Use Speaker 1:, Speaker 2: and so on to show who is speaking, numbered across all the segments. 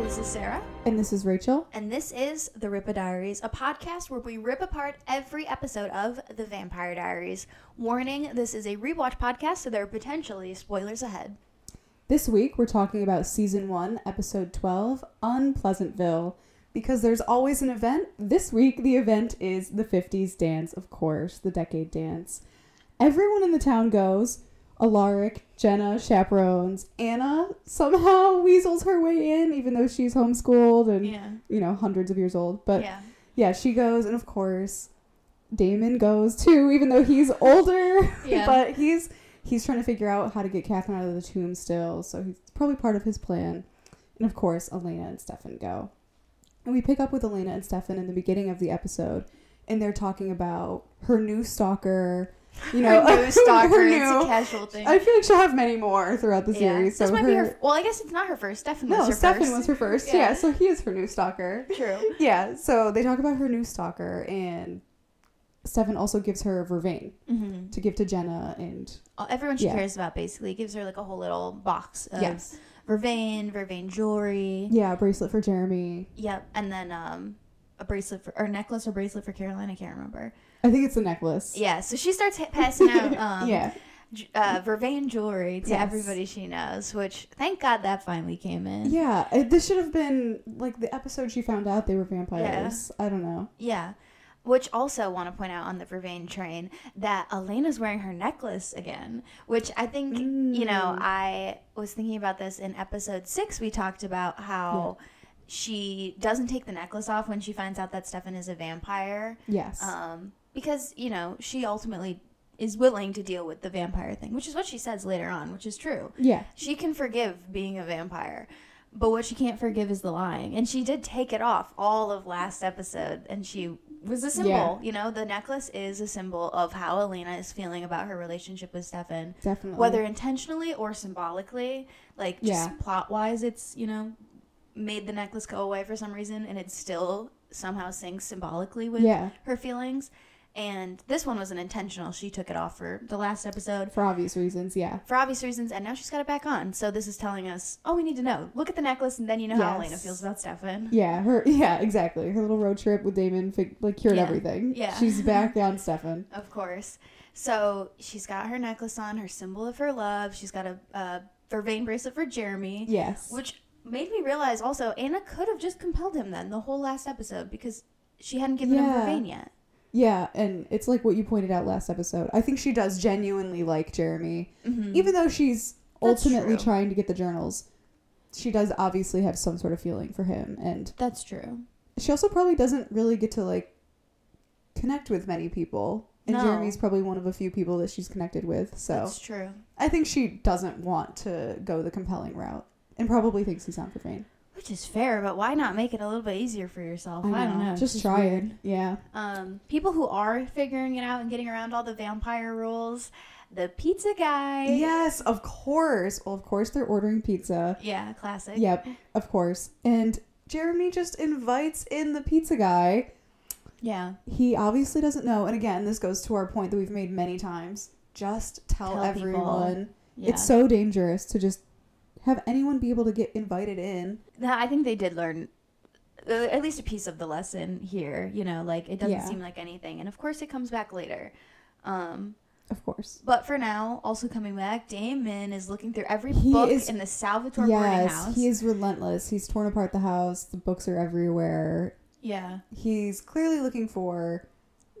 Speaker 1: This is Sarah,
Speaker 2: And this is Rachel.
Speaker 1: and this is The Ripa Diaries, a podcast where we rip apart every episode of The Vampire Diaries. Warning this is a rewatch podcast, so there are potentially spoilers ahead.
Speaker 2: This week we're talking about season 1, episode 12, Unpleasantville, because there's always an event. This week the event is the 50s dance, of course, the decade dance. Everyone in the town goes. Alaric, Jenna chaperones. Anna somehow weasels her way in even though she's homeschooled and
Speaker 1: Yeah.
Speaker 2: you know hundreds of years old, but
Speaker 1: yeah.
Speaker 2: yeah, she goes, and of course, Damon goes too, even though he's older.
Speaker 1: Yeah.
Speaker 2: but he's he's trying to figure out how to get Catherine out of the tomb still, so he's probably part of his plan. And of course, Elena and Stefan go. And we pick up with Elena and Stefan in the beginning of the episode, and they're talking about her new stalker. You know,
Speaker 1: her new stalker,
Speaker 2: her
Speaker 1: it's a
Speaker 2: new-
Speaker 1: casual thing.
Speaker 2: I feel like she'll have many more throughout the
Speaker 1: yeah.
Speaker 2: series.
Speaker 1: this
Speaker 2: so
Speaker 1: might be her. Well, I guess it's not her first. Stefan was
Speaker 2: no,
Speaker 1: her
Speaker 2: Stefan
Speaker 1: first.
Speaker 2: was her first.
Speaker 1: Yeah.
Speaker 2: yeah, so he is her new stalker.
Speaker 1: True.
Speaker 2: Yeah, so they talk about her new stalker, and Stefan also gives her Vervain
Speaker 1: Mm-hmm.
Speaker 2: to give to Jenna, and
Speaker 1: Everyone she
Speaker 2: Yeah.
Speaker 1: cares about basically gives her like a whole little box of
Speaker 2: yes,
Speaker 1: vervain, vervain jewelry.
Speaker 2: yeah, a bracelet for Jeremy.
Speaker 1: Yep, and then um, a bracelet for or necklace or bracelet for Caroline. I can't remember.
Speaker 2: I think it's a necklace.
Speaker 1: Yeah, so she starts hit- passing out um,
Speaker 2: yeah,
Speaker 1: j- uh, vervain jewelry to
Speaker 2: Yes.
Speaker 1: everybody she knows, which thank God that finally came in.
Speaker 2: yeah. it- this should have been like the episode she found out they were vampires. I don't know.
Speaker 1: Yeah. Which also want to point out on the Vervain train that Elena's wearing her necklace again, which I think, you know,
Speaker 2: Mm.
Speaker 1: I was thinking about this in episode six. We talked about how she doesn't take the necklace off when she finds out that Stefan is a vampire.
Speaker 2: Yes,
Speaker 1: Um, because, you know, she ultimately is willing to deal with the vampire thing, which is what she says later on, which is true.
Speaker 2: yeah,
Speaker 1: She can forgive being a vampire, but what she can't forgive is the lying. And she did take it off all of last episode, and she was a symbol.
Speaker 2: Yeah.
Speaker 1: You know, the necklace is a symbol of how Elena is feeling about her relationship with Stefan,
Speaker 2: definitely.
Speaker 1: whether intentionally or symbolically. Like, just
Speaker 2: Yeah.
Speaker 1: plot wise, it's, you know, made the necklace go away for some reason, and it still somehow syncs symbolically with
Speaker 2: yeah,
Speaker 1: her feelings. And this one was an intentional. She took it off for the last episode
Speaker 2: for obvious reasons. Yeah,
Speaker 1: for obvious reasons, and now she's got it back on. So this is telling us, oh, we need to know. Look at the necklace, and then you know how
Speaker 2: Yes.
Speaker 1: Elena feels about Stefan.
Speaker 2: yeah, her yeah, exactly. Her little road trip with Damon fig- like cured
Speaker 1: Yeah.
Speaker 2: everything.
Speaker 1: Yeah.
Speaker 2: she's back on Stefan.
Speaker 1: Of course. So she's got her necklace on, her symbol of her love. She's got a, a vervain bracelet for Jeremy,
Speaker 2: Yes,
Speaker 1: which made me realize also Anna could have just compelled him then the whole last episode because she hadn't given
Speaker 2: Yeah.
Speaker 1: him vervain yet.
Speaker 2: Yeah, and it's like what you pointed out last episode. I think she does genuinely like Jeremy,
Speaker 1: Mhm.
Speaker 2: Mm-hmm. even though she's
Speaker 1: That's
Speaker 2: ultimately
Speaker 1: true.
Speaker 2: trying to get the journals. She does obviously have some sort of feeling for him, and
Speaker 1: That's true.
Speaker 2: she also probably doesn't really get to like connect with many people. And
Speaker 1: No.
Speaker 2: Jeremy's probably one of a few people that she's connected with, so
Speaker 1: That's true.
Speaker 2: I think she doesn't want to go the compelling route, and probably thinks he's not for vain.
Speaker 1: Which is fair, but why not make it a little bit easier for yourself? I, don't know.
Speaker 2: Just
Speaker 1: It's
Speaker 2: try
Speaker 1: weird.
Speaker 2: it. Yeah.
Speaker 1: um, people who are figuring it out and getting around all the vampire rules, the pizza guy.
Speaker 2: Yes, of course. Well, of course they're ordering pizza.
Speaker 1: Yeah, classic.
Speaker 2: Yep, of course. And Jeremy just invites in the pizza guy.
Speaker 1: Yeah.
Speaker 2: He obviously doesn't know. And again, this goes to our point that we've made many times. Just tell,
Speaker 1: Tell people.
Speaker 2: everyone.
Speaker 1: Yeah.
Speaker 2: It's so dangerous to just have anyone be able to get invited in.
Speaker 1: No, I think they did learn uh, at least a piece of the lesson here, you know, like it doesn't
Speaker 2: Yeah.
Speaker 1: seem like anything. And of course it comes back later. Um,
Speaker 2: Of course.
Speaker 1: but for now, also coming back, Damon is looking through every
Speaker 2: He
Speaker 1: book
Speaker 2: is-
Speaker 1: in the Salvatore boarding
Speaker 2: yes,
Speaker 1: house.
Speaker 2: he is relentless. He's torn apart the house. The books are everywhere.
Speaker 1: yeah.
Speaker 2: He's clearly looking for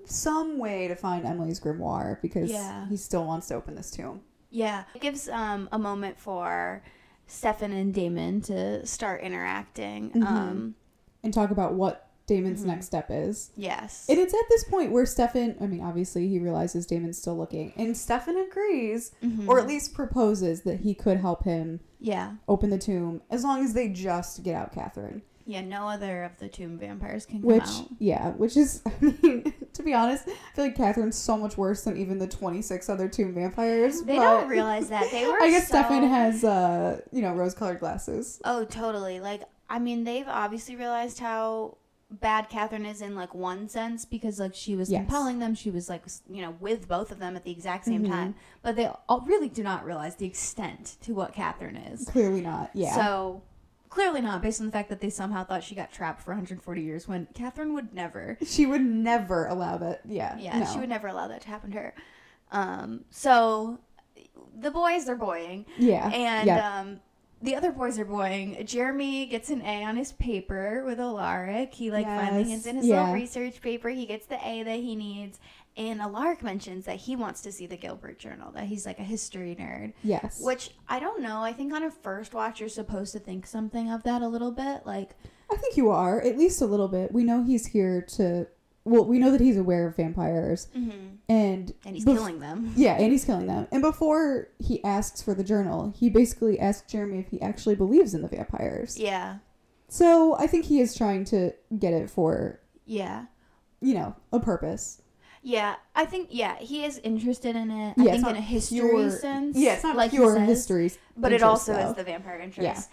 Speaker 2: some way to find Emily's grimoire because
Speaker 1: Yeah.
Speaker 2: he still wants to open this tomb.
Speaker 1: Yeah. It gives um, a moment for Stefan and Damon to start interacting.
Speaker 2: Mhm.
Speaker 1: Um,
Speaker 2: And talk about what Damon's
Speaker 1: Mhm.
Speaker 2: next step is.
Speaker 1: yes.
Speaker 2: And it's at this point where Stefan, I mean, obviously he realizes Damon's still looking, and Stefan agrees,
Speaker 1: Mhm.
Speaker 2: or at least proposes that he could help him
Speaker 1: yeah.
Speaker 2: open the tomb as long as they just get out Catherine.
Speaker 1: Yeah, no other of the tomb vampires can come
Speaker 2: Which,
Speaker 1: out.
Speaker 2: yeah, which is, I mean, to be honest, I feel like Catherine's so much worse than even the 26 other tomb vampires.
Speaker 1: They
Speaker 2: but
Speaker 1: don't realize that. They were
Speaker 2: I guess
Speaker 1: so...
Speaker 2: Stefan has, uh, you know, rose colored glasses.
Speaker 1: Oh, totally. Like, I mean, they've obviously realized how bad Catherine is in, like, one sense because, like, she was
Speaker 2: Yes.
Speaker 1: compelling them. She was, like, s- you know, with both of them at the exact same
Speaker 2: Mhm.
Speaker 1: time. But they all really do not realize the extent to what Catherine is.
Speaker 2: Clearly not, yeah.
Speaker 1: So Clearly not, based on the fact that they somehow thought she got trapped for 140 years when Catherine would never.
Speaker 2: She would never allow that. Yeah.
Speaker 1: Yeah,
Speaker 2: no.
Speaker 1: she would never allow that to happen to her. Um, so the boys are boying,
Speaker 2: Yeah.
Speaker 1: and
Speaker 2: yeah.
Speaker 1: um, the other boys are boying. Jeremy gets an A on his paper with Alaric. He like finally
Speaker 2: Yes,
Speaker 1: gets in his
Speaker 2: yeah.
Speaker 1: little research paper. He gets the A that he needs, and Alaric mentions that he wants to see the Gilbert Journal. That he's like a history nerd.
Speaker 2: yes.
Speaker 1: Which I don't know. I think on a first watch, you're supposed to think something of that a little bit. Like,
Speaker 2: I think you are, at least a little bit. We know he's here to. Well, we know that he's aware of vampires. And.
Speaker 1: and he's
Speaker 2: Mm-hmm. bef-
Speaker 1: killing them.
Speaker 2: Yeah, and he's killing them. And before he asks for the journal, he basically asks Jeremy if he actually believes in the vampires.
Speaker 1: Yeah.
Speaker 2: So I think he is trying to get it for,
Speaker 1: Yeah.
Speaker 2: you know, a purpose.
Speaker 1: Yeah. I think, yeah, he is interested in it.
Speaker 2: Yeah,
Speaker 1: I
Speaker 2: it's
Speaker 1: think
Speaker 2: not
Speaker 1: in a history
Speaker 2: pure-
Speaker 1: sense.
Speaker 2: Yeah, it's not
Speaker 1: like
Speaker 2: like
Speaker 1: he
Speaker 2: pure
Speaker 1: says,
Speaker 2: history.
Speaker 1: But it
Speaker 2: interest,
Speaker 1: also
Speaker 2: though.
Speaker 1: is the vampire interest.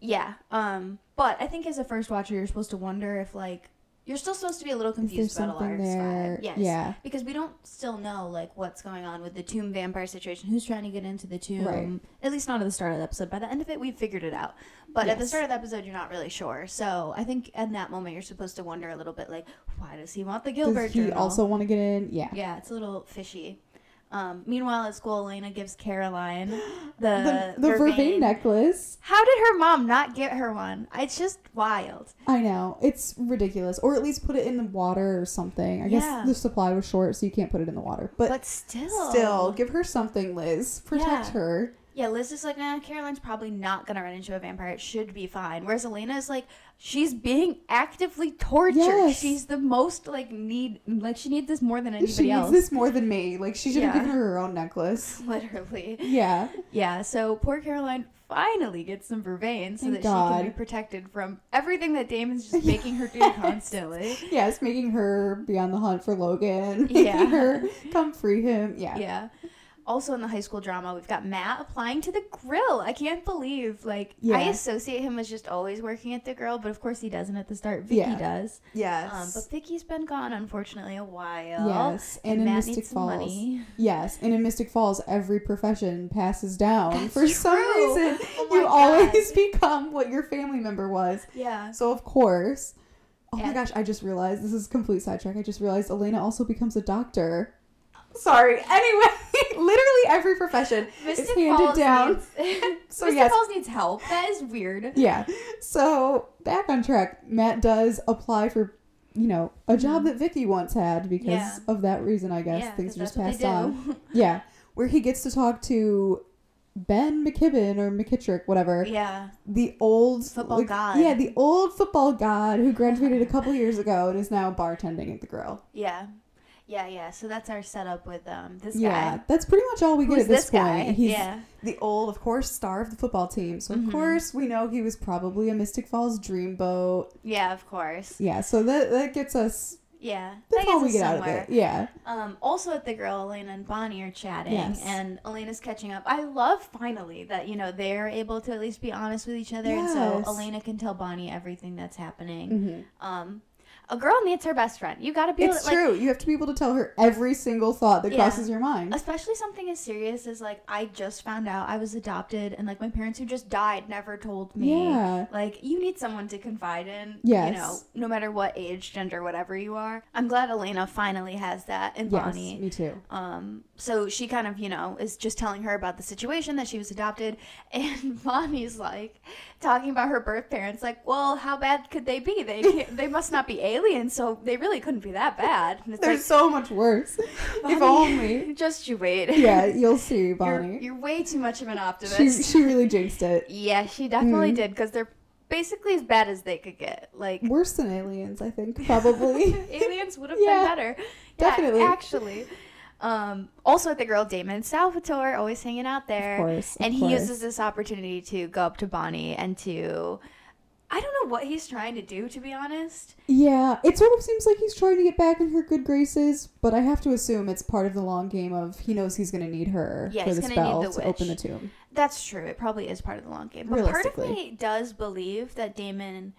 Speaker 1: Yeah. Um, but I think as a first watcher, you're supposed to wonder if, like, you're still supposed to be a little
Speaker 2: If there's
Speaker 1: confused about
Speaker 2: something
Speaker 1: Alaric's vibe.
Speaker 2: there.
Speaker 1: Yes.
Speaker 2: Yeah.
Speaker 1: Because we don't still know, like, what's going on with the tomb vampire situation. Who's trying to get into the tomb?
Speaker 2: Right.
Speaker 1: At least not at the start of the episode. By the end of it, we've figured it out. But at the
Speaker 2: Yes.
Speaker 1: start of the episode, you're not really sure. So I think in that moment, you're supposed to wonder a little bit, like, why does he want the Gilbert
Speaker 2: Does he
Speaker 1: journal?
Speaker 2: also want to get in? Yeah.
Speaker 1: Yeah, it's a little fishy. Um, meanwhile, at school, Elena gives Caroline the
Speaker 2: the the vervain.
Speaker 1: vervain.
Speaker 2: necklace.
Speaker 1: How did her mom not get her one? It's just wild.
Speaker 2: I know it's ridiculous, or at least put it in the water or something. I
Speaker 1: Yeah.
Speaker 2: guess the supply was short, so you can't put it in the water. But,
Speaker 1: But, still,
Speaker 2: still, give her something, Liz. Protect
Speaker 1: Yeah.
Speaker 2: her.
Speaker 1: yeah. Liz is like, nah, Caroline's probably not gonna run into a vampire. It should be fine. Whereas Elena is like, she's being actively tortured.
Speaker 2: Yes.
Speaker 1: She's the most like need, like she needs this more than anybody
Speaker 2: she
Speaker 1: else.
Speaker 2: needs this more than me. Like she should have
Speaker 1: Yeah.
Speaker 2: given her her own necklace.
Speaker 1: Literally.
Speaker 2: Yeah,
Speaker 1: Yeah, so poor Caroline finally gets some vervain so that
Speaker 2: Thank
Speaker 1: she can be
Speaker 2: God.
Speaker 1: protected from everything that Damon's just making her do constantly.
Speaker 2: yes, making her be on the hunt for Logan.
Speaker 1: Yeah.
Speaker 2: making her come free him. Yeah,
Speaker 1: Yeah. Also in the high school drama, we've got Matt applying to the grill. I can't believe like I
Speaker 2: Yeah.
Speaker 1: associate him as just always working at the grill, but of course he doesn't at the start. Vicky
Speaker 2: Yeah.
Speaker 1: does. Um,
Speaker 2: yes,
Speaker 1: but Vicky's been gone unfortunately a while.
Speaker 2: yes, and, in
Speaker 1: Matt
Speaker 2: Mystic
Speaker 1: needs some
Speaker 2: Falls.
Speaker 1: money.
Speaker 2: Yes, and in Mystic Falls, every profession passes down
Speaker 1: That's
Speaker 2: for some
Speaker 1: true.
Speaker 2: reason.
Speaker 1: Oh my
Speaker 2: you
Speaker 1: God.
Speaker 2: always become what your family member was.
Speaker 1: Yeah.
Speaker 2: So of course, oh my
Speaker 1: Yeah.
Speaker 2: gosh, I just realized this is a complete sidetrack. I just realized Elena also becomes a doctor. Sorry. Anyway, literally every profession is handed down.
Speaker 1: Needs,
Speaker 2: So
Speaker 1: Mystic
Speaker 2: yes.
Speaker 1: Falls needs help. That is weird.
Speaker 2: Yeah. So back on track, Matt does apply for, you know, a job that Vicky once had because
Speaker 1: Mm-hmm. Yeah.
Speaker 2: of that reason. I guess
Speaker 1: Yeah,
Speaker 2: things
Speaker 1: 'cause
Speaker 2: are just
Speaker 1: that's
Speaker 2: passed
Speaker 1: what they
Speaker 2: on.
Speaker 1: do.
Speaker 2: Yeah, where he gets to talk to Ben McKibben or McKittrick, whatever,
Speaker 1: Yeah.
Speaker 2: the old
Speaker 1: Football god.
Speaker 2: Yeah, the old football god who graduated a couple years ago and is now bartending at the grill.
Speaker 1: Yeah. Yeah, yeah. So that's our setup with um this
Speaker 2: yeah,
Speaker 1: guy.
Speaker 2: that's pretty much all we get
Speaker 1: Who's
Speaker 2: at this,
Speaker 1: this
Speaker 2: point.
Speaker 1: guy?
Speaker 2: He's
Speaker 1: Yeah. Mm-hmm.
Speaker 2: the old, of course, star of the football team. So of course we know he was probably a Mystic Falls dreamboat.
Speaker 1: Yeah, of course.
Speaker 2: Yeah, so that that gets us.
Speaker 1: Yeah.
Speaker 2: That's
Speaker 1: That
Speaker 2: all we
Speaker 1: gets
Speaker 2: get
Speaker 1: us
Speaker 2: out
Speaker 1: somewhere.
Speaker 2: of it. Yeah,
Speaker 1: Um, also at the grill, Elena and Bonnie are chatting,
Speaker 2: Yes.
Speaker 1: and Elena's catching up. I love finally that you know they're able to at least be honest with each other, and
Speaker 2: Yes.
Speaker 1: so Elena can tell Bonnie everything that's happening.
Speaker 2: Mhm.
Speaker 1: Um, a girl needs her best friend. You got to be able
Speaker 2: it's
Speaker 1: to, like,
Speaker 2: true. You have to be able to tell her every single thought that
Speaker 1: Yeah.
Speaker 2: crosses your mind.
Speaker 1: especially something as serious as like I just found out I was adopted, and like my parents who just died never told me.
Speaker 2: Yeah.
Speaker 1: Like you need someone to confide in.
Speaker 2: Yes.
Speaker 1: You know, no matter what age, gender, whatever you are. I'm glad Elena finally has that, and
Speaker 2: Yes,
Speaker 1: Bonnie.
Speaker 2: me too.
Speaker 1: Um, so she kind of, you know, is just telling her about the situation that she was adopted, and Bonnie's like talking about her birth parents, like, well, how bad could they be? They can't, they must not be aliens, so they really couldn't be that bad. And it's
Speaker 2: They're so much worse. if only.
Speaker 1: like, just you wait.
Speaker 2: Yeah, you'll see,
Speaker 1: you're,
Speaker 2: Bonnie.
Speaker 1: you're way too much of an
Speaker 2: she,
Speaker 1: optimist.
Speaker 2: she really jinxed it.
Speaker 1: yeah, she
Speaker 2: Mm-hmm.
Speaker 1: definitely did, because they're basically as bad as they could get. Like
Speaker 2: Worse than aliens, I think, probably.
Speaker 1: aliens would have
Speaker 2: Yeah,
Speaker 1: been better. Yeah,
Speaker 2: definitely.
Speaker 1: Actually. Um, also at the girl Damon Salvatore, always hanging out there.
Speaker 2: course, of
Speaker 1: and he
Speaker 2: course.
Speaker 1: uses this opportunity to go up to Bonnie and to I don't know what he's trying to do to be honest.
Speaker 2: yeah, it sort of seems like he's trying to get back in her good graces, but I have to assume it's part of the long game of he knows he's going to need her
Speaker 1: Yeah,
Speaker 2: for
Speaker 1: he's
Speaker 2: the
Speaker 1: gonna need
Speaker 2: spell
Speaker 1: the
Speaker 2: to open the
Speaker 1: witch.
Speaker 2: tomb.
Speaker 1: That's true. It probably is part of the long game. But part of
Speaker 2: Realistically.
Speaker 1: me does believe that Damon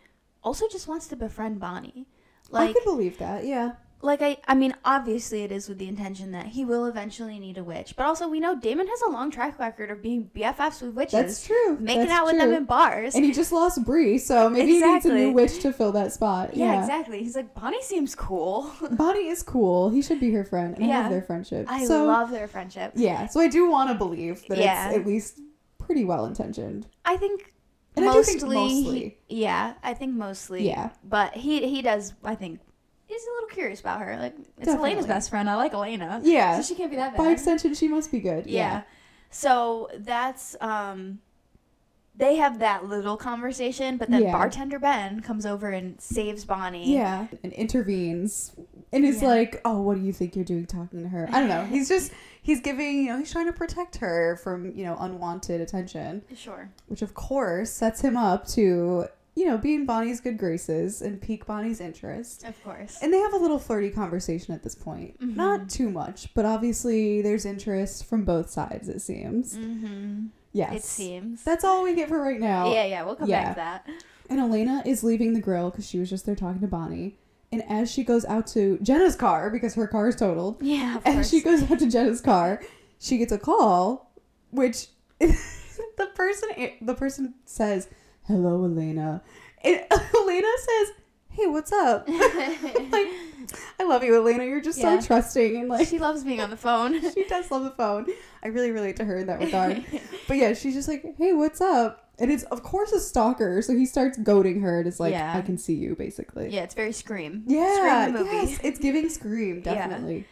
Speaker 1: also just wants to befriend Bonnie.
Speaker 2: I
Speaker 1: Like
Speaker 2: could believe that, yeah.
Speaker 1: like I I mean obviously it is with the intention that he will eventually need a witch, but also we know Damon has a long track record of being BFFs with witches.
Speaker 2: That's true.
Speaker 1: Making
Speaker 2: That's
Speaker 1: out with them
Speaker 2: true.
Speaker 1: in bars.
Speaker 2: And he just lost Bree, so maybe he needs a
Speaker 1: Exactly.
Speaker 2: new witch to fill that spot.
Speaker 1: yeah, exactly. He's like Bonnie seems cool.
Speaker 2: Bonnie is cool. He should be her friend. And I
Speaker 1: Yeah.
Speaker 2: love their friendship.
Speaker 1: I
Speaker 2: so,
Speaker 1: love their friendship.
Speaker 2: Yeah, so I do want to believe that
Speaker 1: Yeah.
Speaker 2: it's at least pretty well intentioned.
Speaker 1: I think
Speaker 2: And I do
Speaker 1: mostly,
Speaker 2: think mostly.
Speaker 1: yeah, I think mostly.
Speaker 2: Yeah.
Speaker 1: But he he does I think he's a little curious about her. Like it's
Speaker 2: Definitely.
Speaker 1: Elena's best friend. I like Elena.
Speaker 2: Yeah.
Speaker 1: So she can't be that bad.
Speaker 2: By extension, she must be good.
Speaker 1: Yeah. So that's um they have that little conversation, but then
Speaker 2: Yeah.
Speaker 1: bartender Ben comes over and saves Bonnie.
Speaker 2: Yeah. And intervenes and is
Speaker 1: Yeah.
Speaker 2: like, oh, what do you think you're doing talking to her? I don't know. He's just, he's giving, you know, he's trying to protect her from, you know, unwanted attention,
Speaker 1: Sure.
Speaker 2: which of course sets him up to, you know, be in Bonnie's good graces and pique Bonnie's interest.
Speaker 1: Of course.
Speaker 2: And they have a little flirty conversation at this point.
Speaker 1: Mhm.
Speaker 2: Not too much, but obviously there's interest from both sides, it seems.
Speaker 1: Mm-hmm.
Speaker 2: Yes.
Speaker 1: It seems.
Speaker 2: That's all we get for right now.
Speaker 1: yeah, yeah, we'll come back to that.
Speaker 2: And Elena is leaving the grill because she was just there talking to Bonnie. And as she goes out to Jenna's car, because her car is totaled,
Speaker 1: Yeah, of
Speaker 2: and
Speaker 1: course.
Speaker 2: she goes out to Jenna's car, she gets a call, which the person eh, the person says, "Hello, Elena," and Elena says, "Hey, what's up?" like, I love you, Elena. You're just
Speaker 1: Yeah.
Speaker 2: so trusting and like
Speaker 1: she loves being on the phone.
Speaker 2: she does love the phone. I really relate to her in that regard. but yeah, she's just like, hey, what's up? And it's, of course, a stalker. So he starts goading her and is like,
Speaker 1: Yeah.
Speaker 2: I can see you, basically.
Speaker 1: yeah, it's very Scream.
Speaker 2: Yeah,
Speaker 1: Scream the movie.
Speaker 2: yes, it's giving Scream,
Speaker 1: Yeah.
Speaker 2: definitely.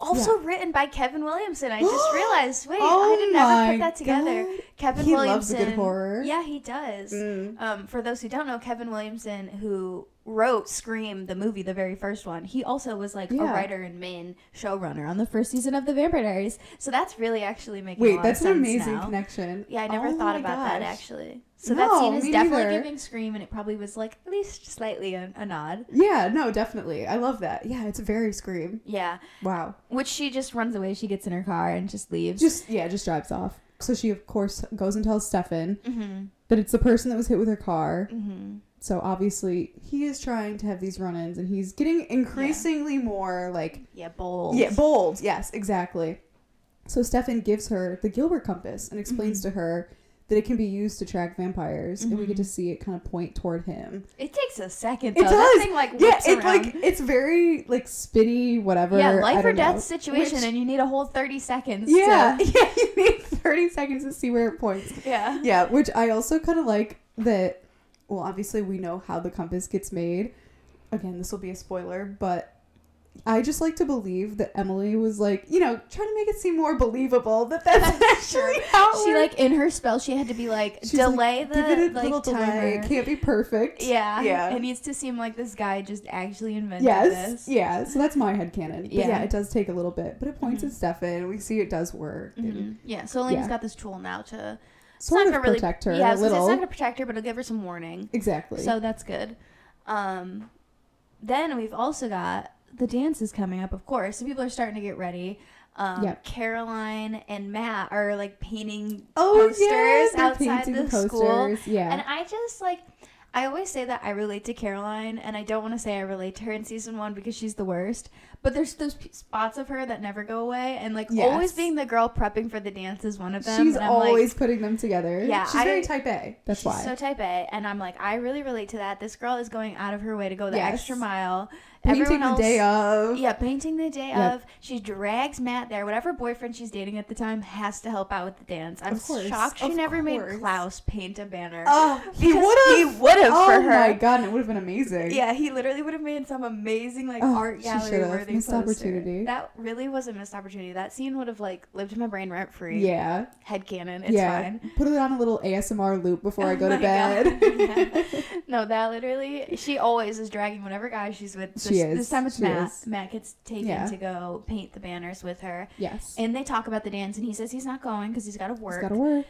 Speaker 1: Also written by Kevin Williamson. I just realized. Wait,
Speaker 2: Oh
Speaker 1: I didn't ever
Speaker 2: my
Speaker 1: put that together.
Speaker 2: God.
Speaker 1: Kevin
Speaker 2: He loves a
Speaker 1: Williamson.
Speaker 2: good horror.
Speaker 1: Yeah, he does.
Speaker 2: Mm.
Speaker 1: Um, for those who don't know, Kevin Williamson, who wrote Scream, the movie, the very first one, he also was like
Speaker 2: Yeah.
Speaker 1: a writer and main showrunner on the first season of The Vampire Diaries. So that's really actually making a
Speaker 2: Wait,
Speaker 1: lot
Speaker 2: that's
Speaker 1: of
Speaker 2: an
Speaker 1: sense
Speaker 2: amazing
Speaker 1: now.
Speaker 2: connection.
Speaker 1: Yeah, I never
Speaker 2: Oh
Speaker 1: thought
Speaker 2: my
Speaker 1: about that
Speaker 2: gosh.
Speaker 1: actually. So that
Speaker 2: No,
Speaker 1: scene is
Speaker 2: me
Speaker 1: definitely
Speaker 2: neither.
Speaker 1: giving Scream, and it probably was like at least slightly a, a nod.
Speaker 2: Yeah, no, definitely. I love that. Yeah, it's very Scream.
Speaker 1: Yeah,
Speaker 2: Wow.
Speaker 1: which she just runs away. She gets in her car and just leaves.
Speaker 2: Just, yeah, just drives off. So she, of course, goes and tells Stefan
Speaker 1: hmm
Speaker 2: that it's the person that was hit with her car.
Speaker 1: hmm
Speaker 2: So obviously he is trying to have these run-ins and he's getting increasingly more like
Speaker 1: Yeah, bold.
Speaker 2: yeah, bold. Yes, exactly. So Stefan gives her the Gilbert compass and explains
Speaker 1: Mm-hmm.
Speaker 2: to her that it can be used to track vampires and we get to see it kind of point toward him.
Speaker 1: It takes a second.
Speaker 2: It
Speaker 1: though. That
Speaker 2: does.
Speaker 1: thing like
Speaker 2: yeah,
Speaker 1: whips
Speaker 2: it
Speaker 1: around.
Speaker 2: like it's very like spinny whatever.
Speaker 1: yeah,
Speaker 2: I
Speaker 1: life or
Speaker 2: don't
Speaker 1: death
Speaker 2: know.
Speaker 1: situation,
Speaker 2: Which-
Speaker 1: and you need a whole thirty seconds.
Speaker 2: yeah.
Speaker 1: to,
Speaker 2: Yeah, you need 30 seconds to see where it points.
Speaker 1: yeah,
Speaker 2: yeah, which I also kind of like that. Well, obviously, we know how the compass gets made. Again, this will be a spoiler, but I just like to believe that Emily was like, you know, trying to make it seem more believable that that's actually how it
Speaker 1: She
Speaker 2: worked.
Speaker 1: like in her spell, she had to be like
Speaker 2: She's like,
Speaker 1: delay the
Speaker 2: give it a
Speaker 1: like
Speaker 2: little delay.
Speaker 1: timer.
Speaker 2: It can't be perfect.
Speaker 1: Yeah,
Speaker 2: yeah.
Speaker 1: It needs to seem like this guy just actually invented
Speaker 2: Yes.
Speaker 1: this.
Speaker 2: Yeah. So that's my headcanon.
Speaker 1: Yeah.
Speaker 2: Yeah.
Speaker 1: Mm-hmm.
Speaker 2: yeah, it does take a little bit, but it points at Stefan, and we see it does work. and
Speaker 1: Mhm. Yeah. So Elena's
Speaker 2: Yeah.
Speaker 1: got this tool now to it's
Speaker 2: Sort
Speaker 1: not
Speaker 2: of
Speaker 1: gonna really
Speaker 2: protect her
Speaker 1: Yeah, I
Speaker 2: a
Speaker 1: was gonna say,
Speaker 2: little.
Speaker 1: it's not gonna protect her, but it'll give her some warning.
Speaker 2: Exactly.
Speaker 1: So that's good. Um, then we've also got the dance is coming up, of course. So people are starting to get ready. Um,
Speaker 2: Yep.
Speaker 1: Caroline and Matt are like painting
Speaker 2: oh,
Speaker 1: posters
Speaker 2: yeah, they're
Speaker 1: outside
Speaker 2: painting
Speaker 1: the school,
Speaker 2: posters, Yeah.
Speaker 1: and I just like. I always say that I relate to Caroline, and I don't want to say I relate to her in season one because she's the worst. But there's those p- spots of her that never go away, and like always
Speaker 2: Yes.
Speaker 1: being the girl prepping for the dance is one of them.
Speaker 2: She's
Speaker 1: and I'm
Speaker 2: always putting them together.
Speaker 1: Yeah,
Speaker 2: she's very
Speaker 1: I-
Speaker 2: type A. That's
Speaker 1: She's
Speaker 2: why.
Speaker 1: so type A, and I'm like, I really relate to that. This girl is going out of her way to go the
Speaker 2: Yes.
Speaker 1: extra mile.
Speaker 2: Painting the day of.
Speaker 1: Yeah, painting the day
Speaker 2: Yep.
Speaker 1: of. She drags Matt there. Whatever boyfriend she's dating at the time has to help out with the dance. I'm
Speaker 2: Of course,
Speaker 1: shocked she
Speaker 2: of
Speaker 1: never
Speaker 2: course.
Speaker 1: made Klaus paint a banner.
Speaker 2: Oh, he
Speaker 1: Because
Speaker 2: would have.
Speaker 1: He would have
Speaker 2: oh
Speaker 1: for her.
Speaker 2: my god, and it would have been amazing.
Speaker 1: Yeah, he literally would have made some amazing like
Speaker 2: Oh,
Speaker 1: art
Speaker 2: she
Speaker 1: gallery
Speaker 2: should've.
Speaker 1: worthy
Speaker 2: Missed
Speaker 1: poster.
Speaker 2: opportunity.
Speaker 1: That really was a missed opportunity. That scene would have like lived in my brain rent free.
Speaker 2: Yeah.
Speaker 1: Head cannon. It's
Speaker 2: yeah.
Speaker 1: fine. Oh
Speaker 2: Put it on a little ASMR loop before I go to
Speaker 1: my God.
Speaker 2: bed.
Speaker 1: Yeah. No, that literally, she always is dragging whatever guy she's with. This,
Speaker 2: She is.
Speaker 1: This time it's
Speaker 2: She
Speaker 1: Matt.
Speaker 2: is.
Speaker 1: Matt gets taken
Speaker 2: Yeah.
Speaker 1: to go paint the banners with her.
Speaker 2: yes.
Speaker 1: And they talk about the dance, and he says he's not going because he's got to
Speaker 2: It's
Speaker 1: work.
Speaker 2: gotta work.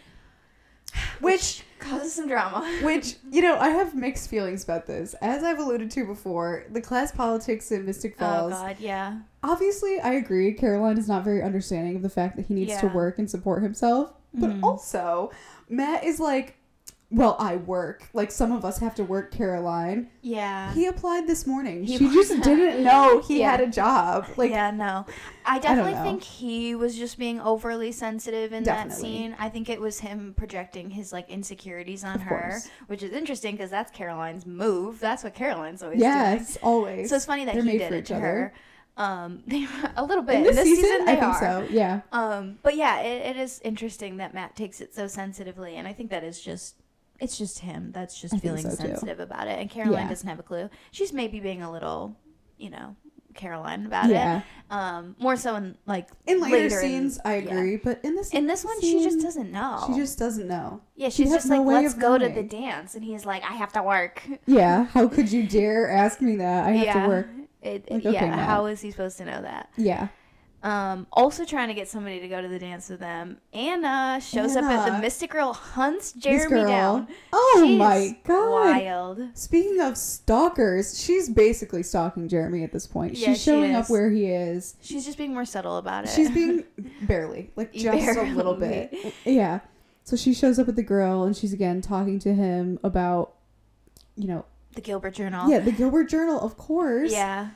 Speaker 2: Which,
Speaker 1: causes some drama.
Speaker 2: which, you know, I have mixed feelings about this. As I've alluded to before, the class politics in Mystic
Speaker 1: Oh,
Speaker 2: Falls.
Speaker 1: God, yeah.
Speaker 2: obviously, I agree. Caroline is not very understanding of the fact that he needs to
Speaker 1: Yeah. Mm-hmm.
Speaker 2: oh, work and support himself. But
Speaker 1: Mhm.
Speaker 2: also, Matt is like, well, I work. Like some of us have to work, Caroline.
Speaker 1: Yeah.
Speaker 2: He applied this morning.
Speaker 1: He
Speaker 2: she just
Speaker 1: applied.
Speaker 2: didn't know he
Speaker 1: Yeah.
Speaker 2: had a job. Like
Speaker 1: yeah, no. I definitely
Speaker 2: know.
Speaker 1: think he was just being overly sensitive in that
Speaker 2: Definitely.
Speaker 1: scene. I think it was him projecting his like insecurities on
Speaker 2: Of
Speaker 1: her,
Speaker 2: course.
Speaker 1: which is interesting because that's Caroline's move. That's what Caroline's always doing.
Speaker 2: yes, always.
Speaker 1: So it's funny that
Speaker 2: They're
Speaker 1: he
Speaker 2: made
Speaker 1: did
Speaker 2: for
Speaker 1: it
Speaker 2: each
Speaker 1: to
Speaker 2: other.
Speaker 1: her. Um, they were a little bit
Speaker 2: In this, season,
Speaker 1: they
Speaker 2: I think
Speaker 1: are.
Speaker 2: so. Yeah.
Speaker 1: Um, but yeah, it, it is interesting that Matt takes it so sensitively, and I think that is just it's just him that's just
Speaker 2: I think
Speaker 1: feeling
Speaker 2: so, too.
Speaker 1: sensitive about it, and Caroline
Speaker 2: Yeah.
Speaker 1: doesn't have a clue. She's maybe being a little, you know, Caroline about
Speaker 2: Yeah.
Speaker 1: it. Um, more so in like
Speaker 2: In later,
Speaker 1: in-
Speaker 2: scenes, I
Speaker 1: yeah.
Speaker 2: agree, but in this
Speaker 1: In this one, she just
Speaker 2: scene,
Speaker 1: doesn't know.
Speaker 2: she just doesn't know.
Speaker 1: yeah,
Speaker 2: she
Speaker 1: she's
Speaker 2: had
Speaker 1: just
Speaker 2: no
Speaker 1: like,
Speaker 2: way
Speaker 1: let's
Speaker 2: of
Speaker 1: go to the
Speaker 2: knowing."
Speaker 1: dance, and he's like, I have to work.
Speaker 2: Yeah, how could you dare ask me that? I have
Speaker 1: yeah,
Speaker 2: to work.
Speaker 1: It,
Speaker 2: Like,
Speaker 1: yeah.
Speaker 2: okay, Matt.
Speaker 1: how is he supposed to know that?
Speaker 2: Yeah.
Speaker 1: um, also trying to get somebody to go to the dance with them. Anna shows up at the
Speaker 2: Anna.
Speaker 1: Mystic Girl hunts
Speaker 2: This
Speaker 1: Jeremy
Speaker 2: girl.
Speaker 1: down.
Speaker 2: Oh
Speaker 1: She's
Speaker 2: my god.
Speaker 1: Wild.
Speaker 2: Speaking of stalkers, she's basically stalking Jeremy at this point.
Speaker 1: Yeah,
Speaker 2: she's
Speaker 1: she
Speaker 2: showing up
Speaker 1: is.
Speaker 2: where he is.
Speaker 1: She's just being more subtle about it.
Speaker 2: She's being barely, like just a little
Speaker 1: Barely.
Speaker 2: bit. Yeah. So she shows up at the grill and she's again talking to him about, you know,
Speaker 1: the Gilbert Journal.
Speaker 2: yeah, the Gilbert Journal, of course.
Speaker 1: Yeah.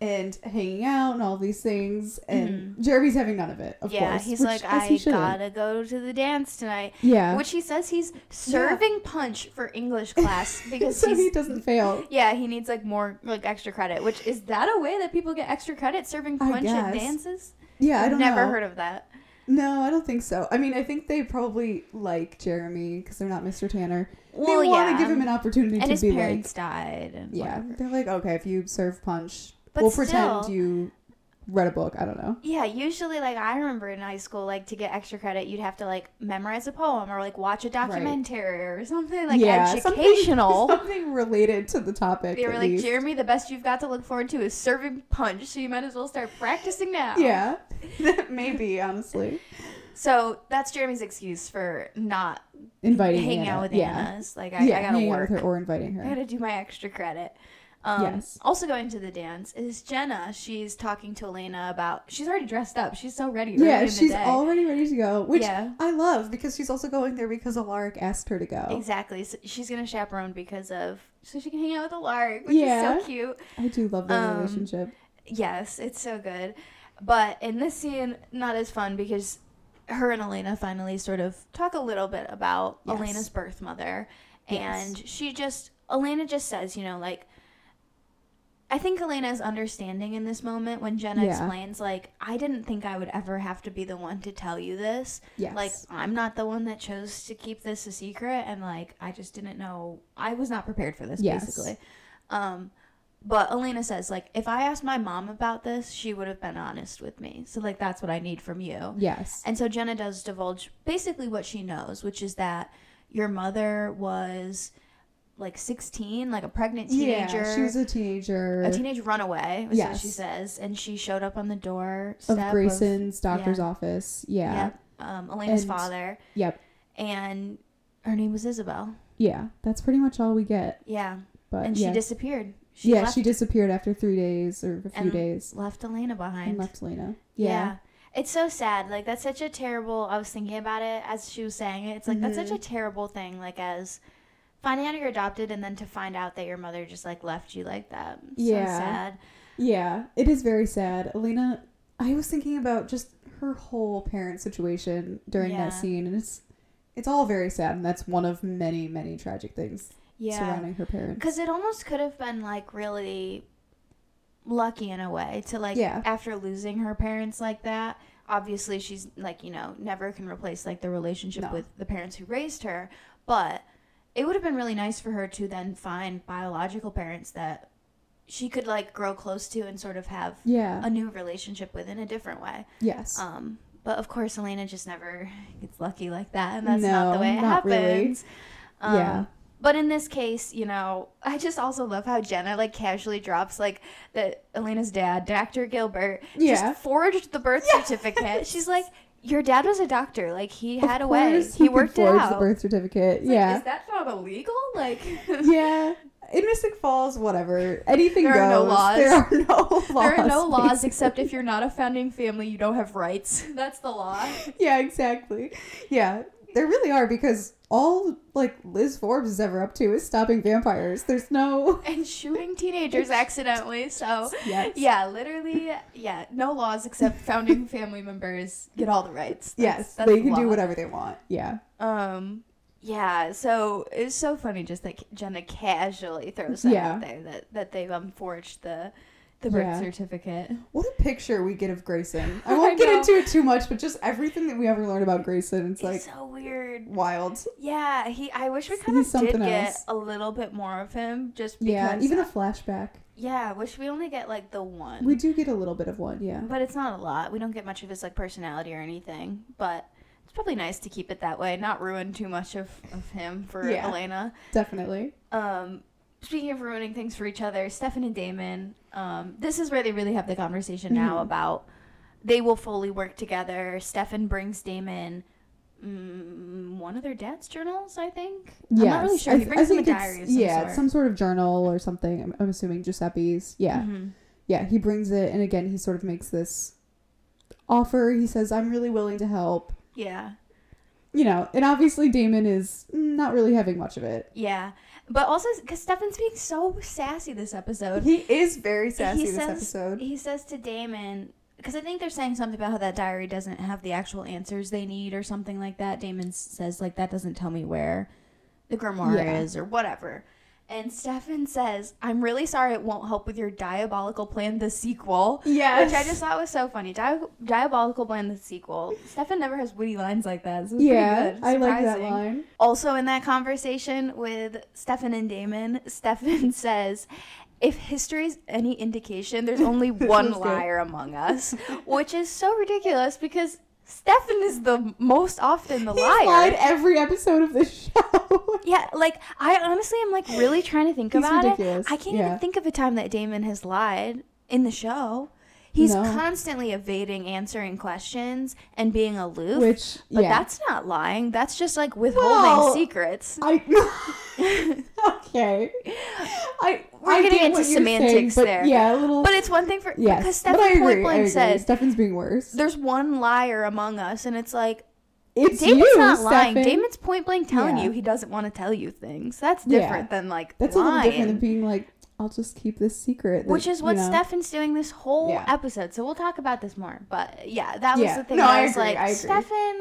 Speaker 2: And hanging out and all these things. And Jeremy's having none of it, of
Speaker 1: Mm-hmm. yeah.
Speaker 2: course.
Speaker 1: He's
Speaker 2: which,
Speaker 1: like,
Speaker 2: as
Speaker 1: I
Speaker 2: he shouldn't.
Speaker 1: gotta go to the dance tonight.
Speaker 2: Yeah.
Speaker 1: Which he says he's serving punch for English class because
Speaker 2: so
Speaker 1: he's.
Speaker 2: he doesn't fail.
Speaker 1: yeah, he needs like more like extra credit. Which is that a way that people get extra credit serving
Speaker 2: I
Speaker 1: punch at
Speaker 2: guess.
Speaker 1: dances?
Speaker 2: Yeah, I
Speaker 1: I've
Speaker 2: don't
Speaker 1: never
Speaker 2: know.
Speaker 1: heard of that.
Speaker 2: No, I don't think so. I mean, I think they probably like Jeremy because they're not Mr. Tanner.
Speaker 1: Well,
Speaker 2: they want
Speaker 1: yeah.
Speaker 2: to give him an opportunity
Speaker 1: And
Speaker 2: to
Speaker 1: his
Speaker 2: be
Speaker 1: parents died. And
Speaker 2: like, yeah.
Speaker 1: whatever.
Speaker 2: They're like, okay, if you serve punch,
Speaker 1: But
Speaker 2: we'll
Speaker 1: still-
Speaker 2: pretend you read a book. I don't know.
Speaker 1: Yeah, usually, like, I remember in high school, like, to get extra credit, you'd have to, like, memorize a poem or, like, watch a documentary or something, like,
Speaker 2: yeah, something-
Speaker 1: educational.
Speaker 2: something, related to the topic.
Speaker 1: They were
Speaker 2: at
Speaker 1: like,
Speaker 2: least.
Speaker 1: Jeremy, the best you've got to look forward to is serving punch, so you might as well start practicing now.
Speaker 2: yeah, maybe honestly
Speaker 1: So that's Jeremy's excuse for not
Speaker 2: inviting
Speaker 1: hanging out
Speaker 2: Anna.
Speaker 1: with
Speaker 2: yeah.
Speaker 1: Anna's. Like, I,
Speaker 2: yeah,
Speaker 1: I gotta
Speaker 2: hanging out
Speaker 1: work.
Speaker 2: with her or inviting
Speaker 1: I
Speaker 2: her.
Speaker 1: gotta do my extra credit. Um,
Speaker 2: Yes.
Speaker 1: Also going to the dance is Jenna. She's talking to Elena about. She's already dressed up. She's so ready. early in
Speaker 2: Yeah,
Speaker 1: the
Speaker 2: she's
Speaker 1: day.
Speaker 2: already ready to go, which
Speaker 1: Yeah.
Speaker 2: I love because she's also going there because Alaric asked her to go.
Speaker 1: Exactly. So she's gonna chaperone because of so she can hang out with a lark, which
Speaker 2: Yeah.
Speaker 1: is so cute.
Speaker 2: I do love their
Speaker 1: Um,
Speaker 2: relationship.
Speaker 1: Yes, it's so good. But in this scene, not as fun because her and Elena finally sort of talk a little bit about
Speaker 2: Yes.
Speaker 1: Elena's birth mother,
Speaker 2: Yes.
Speaker 1: and she just Elena just says, you know, like. I think Elena is understanding in this moment when Jenna
Speaker 2: Yeah.
Speaker 1: explains, like, I didn't think I would ever have to be the one to tell you this.
Speaker 2: Yes.
Speaker 1: Like, I'm not the one that chose to keep this a secret, and like, I just didn't know. I was not prepared for this,
Speaker 2: Yes.
Speaker 1: basically. Um, but Elena says, like, if I asked my mom about this, she would have been honest with me. So, like, that's what I need from you.
Speaker 2: Yes.
Speaker 1: And so Jenna does divulge basically what she knows, which is that your mother was like 16, like a pregnant teenager.
Speaker 2: Yeah, she was a teenager.
Speaker 1: a teenage runaway, is what she
Speaker 2: Yes.
Speaker 1: says, and she showed up on the door step
Speaker 2: of Grayson's doctor's
Speaker 1: yeah.
Speaker 2: office. Yeah.
Speaker 1: Yep, um, Elena's
Speaker 2: And-
Speaker 1: father,
Speaker 2: Yep.
Speaker 1: and her name was Isabel.
Speaker 2: Yeah. That's pretty much all we get.
Speaker 1: Yeah,
Speaker 2: But
Speaker 1: and
Speaker 2: Uh, yeah,
Speaker 1: she disappeared.
Speaker 2: yeah,
Speaker 1: left,
Speaker 2: she disappeared after three days or a few
Speaker 1: And
Speaker 2: days
Speaker 1: left Elena behind.
Speaker 2: and left Lena.
Speaker 1: Yeah.
Speaker 2: Yeah.
Speaker 1: It's so sad. Like that's such a terrible I was thinking about it as she was saying it. It's like that's
Speaker 2: Mm-hmm.
Speaker 1: such a terrible thing, like as finding out you're adopted and then to find out that your mother just like left you like that. It's
Speaker 2: Yeah.
Speaker 1: So sad.
Speaker 2: Yeah. It is very sad. Elena, I was thinking about just her whole parent situation during
Speaker 1: Yeah.
Speaker 2: that scene, and it's it's all very sad, and that's one of many, many tragic things
Speaker 1: Yeah.
Speaker 2: surrounding her parents.
Speaker 1: Cause it almost could have been like really lucky in a way to like
Speaker 2: Yeah.
Speaker 1: after losing her parents like that. Obviously she's like, you know, never can replace like the relationship
Speaker 2: No.
Speaker 1: with the parents who raised her, but it would have been really nice for her to then find biological parents that she could like grow close to and sort of have
Speaker 2: Yeah.
Speaker 1: a new relationship with in a different way.
Speaker 2: yes.
Speaker 1: Um, but of course, Elena just never gets lucky like that, and that's not the
Speaker 2: No,
Speaker 1: way it
Speaker 2: not really.
Speaker 1: happens. Um,
Speaker 2: Yeah.
Speaker 1: But in this case, you know, I just also love how Jenna like casually drops like that Elena's dad, Dr. Gilbert,
Speaker 2: Yeah.
Speaker 1: just forged the birth certificate. She's like, "Your dad was a doctor. Like he had a way.
Speaker 2: course
Speaker 1: He
Speaker 2: could
Speaker 1: worked it
Speaker 2: forge the
Speaker 1: out."
Speaker 2: birth certificate.
Speaker 1: It's like,
Speaker 2: yeah.
Speaker 1: Is that not illegal? Like
Speaker 2: yeah. In Mystic Falls, whatever. Anything
Speaker 1: There
Speaker 2: goes.
Speaker 1: are no laws.
Speaker 2: There are no laws.
Speaker 1: There are no laws
Speaker 2: basically.
Speaker 1: except if you're not a founding family, you don't have rights. That's the law.
Speaker 2: Yeah, exactly. Yeah. There really are because all like Liz Forbes is ever up to is stopping vampires. There's no
Speaker 1: and shooting teenagers accidentally. So
Speaker 2: yes.
Speaker 1: yeah, literally, yeah, no laws except founding family members get all the rights. That's-
Speaker 2: yes,
Speaker 1: that's
Speaker 2: they
Speaker 1: the
Speaker 2: can do
Speaker 1: law.
Speaker 2: whatever they want. Yeah.
Speaker 1: Um, yeah, so it's so funny just that Jenna casually throws that
Speaker 2: Yeah.
Speaker 1: out there that that they've um, forged the the birth
Speaker 2: Yeah.
Speaker 1: certificate.
Speaker 2: What a picture we get of Grayson. I
Speaker 1: I
Speaker 2: won't get
Speaker 1: know.
Speaker 2: into it too much, but just everything that we ever learned about Grayson,
Speaker 1: It's
Speaker 2: it's like
Speaker 1: so weird.
Speaker 2: wild.
Speaker 1: Yeah, he. I wish we
Speaker 2: He's
Speaker 1: kind of did
Speaker 2: something
Speaker 1: get
Speaker 2: else.
Speaker 1: a little bit more of him, just because.
Speaker 2: Yeah, even a flashback.
Speaker 1: yeah, wish we only get like the one.
Speaker 2: We do get a little bit of one, yeah.
Speaker 1: But it's not a lot. We don't get much of his like personality or anything. But it's probably nice to keep it that way, not ruin too much of, of him for
Speaker 2: Yeah.
Speaker 1: Elena.
Speaker 2: Definitely.
Speaker 1: Um, speaking of ruining things for each other, Stefan and Damon. Um, this is where they really have the conversation now
Speaker 2: Mhm.
Speaker 1: about they will fully work together. Stefan brings Damon. Mm, one of their dad's journals, I think. I'm not really
Speaker 2: Yes.
Speaker 1: sure.
Speaker 2: I
Speaker 1: He
Speaker 2: th-
Speaker 1: brings
Speaker 2: I
Speaker 1: them a
Speaker 2: think it's-
Speaker 1: diary. Of some
Speaker 2: yeah,
Speaker 1: sort.
Speaker 2: some sort of journal or something. I'm, I'm assuming Giuseppe's. Yeah.
Speaker 1: Mhm.
Speaker 2: Yeah, he brings it, and again, he sort of makes this offer. He says, I'm really willing to help.
Speaker 1: Yeah.
Speaker 2: You know, and obviously Damon is not really having much of it.
Speaker 1: Yeah. But also, because Stefan's being so sassy this episode.
Speaker 2: He is very
Speaker 1: he says, He says to Damon, because I think they're saying something about how that diary doesn't have the actual answers they need or something like that. Damon s- says, like, that doesn't tell me where the grimoire
Speaker 2: Yeah.
Speaker 1: is or whatever. And Stefan says, I'm really sorry it won't help with your diabolical plan, the sequel.
Speaker 2: Yes.
Speaker 1: Which I just thought was so funny. Di- diabolical plan, the sequel. Stefan never has witty lines like that. So it's
Speaker 2: Yeah,
Speaker 1: pretty good.
Speaker 2: I like that
Speaker 1: Surprising.
Speaker 2: line.
Speaker 1: Also, in that conversation with Stefan and Damon, Stefan says, if history's any indication, there's only one
Speaker 2: was good.
Speaker 1: liar among us, which is so ridiculous because Stefan is the most often the
Speaker 2: He's lied
Speaker 1: liar.
Speaker 2: every episode of this show.
Speaker 1: Yeah, like I honestly am like really trying to think
Speaker 2: He's
Speaker 1: about
Speaker 2: ridiculous,
Speaker 1: it. I can't
Speaker 2: yeah.
Speaker 1: even think of a time that Damon has lied in the show. He's
Speaker 2: No.
Speaker 1: constantly evading answering questions and being aloof.
Speaker 2: Which,
Speaker 1: but
Speaker 2: yeah.
Speaker 1: that's not lying. That's just like withholding
Speaker 2: Well,
Speaker 1: secrets.
Speaker 2: I okay. I
Speaker 1: We're
Speaker 2: I
Speaker 1: getting
Speaker 2: get
Speaker 1: into
Speaker 2: what you're
Speaker 1: semantics
Speaker 2: saying, but
Speaker 1: there.
Speaker 2: Yeah, a little.
Speaker 1: But it's one thing for
Speaker 2: yes,
Speaker 1: because
Speaker 2: but
Speaker 1: Stefan
Speaker 2: I agree.
Speaker 1: point
Speaker 2: I agree.
Speaker 1: blank says
Speaker 2: Stefan's being worse.
Speaker 1: there's one liar among us, and it's like
Speaker 2: It's
Speaker 1: Damon's
Speaker 2: you,
Speaker 1: not lying.
Speaker 2: Stefan.
Speaker 1: Damon's point blank telling
Speaker 2: Yeah.
Speaker 1: you he doesn't want to tell you things. That's
Speaker 2: Yeah.
Speaker 1: different than like
Speaker 2: That's a
Speaker 1: lying,
Speaker 2: little different than being like, I'll just keep this secret. that,
Speaker 1: which is what
Speaker 2: you know.
Speaker 1: Stefan's doing this whole
Speaker 2: Yeah.
Speaker 1: episode. So we'll talk about this more. But yeah, that was
Speaker 2: Yeah.
Speaker 1: the thing.
Speaker 2: No,
Speaker 1: that
Speaker 2: I
Speaker 1: I, was
Speaker 2: agree,
Speaker 1: like,
Speaker 2: I agree.
Speaker 1: Stefan.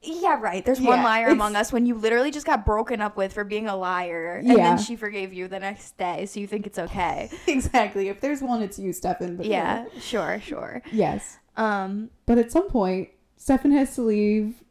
Speaker 1: Yeah, right. There's one
Speaker 2: Yeah,
Speaker 1: liar
Speaker 2: it's-
Speaker 1: among us when you literally just got broken up with for being a liar, and
Speaker 2: Yeah.
Speaker 1: then she forgave you the next day, so you think it's okay.
Speaker 2: Exactly. If there's one, it's you, Stefan. But
Speaker 1: yeah, sure, sure.
Speaker 2: Yes,
Speaker 1: Um.
Speaker 2: but at some point, Stefan has to leave.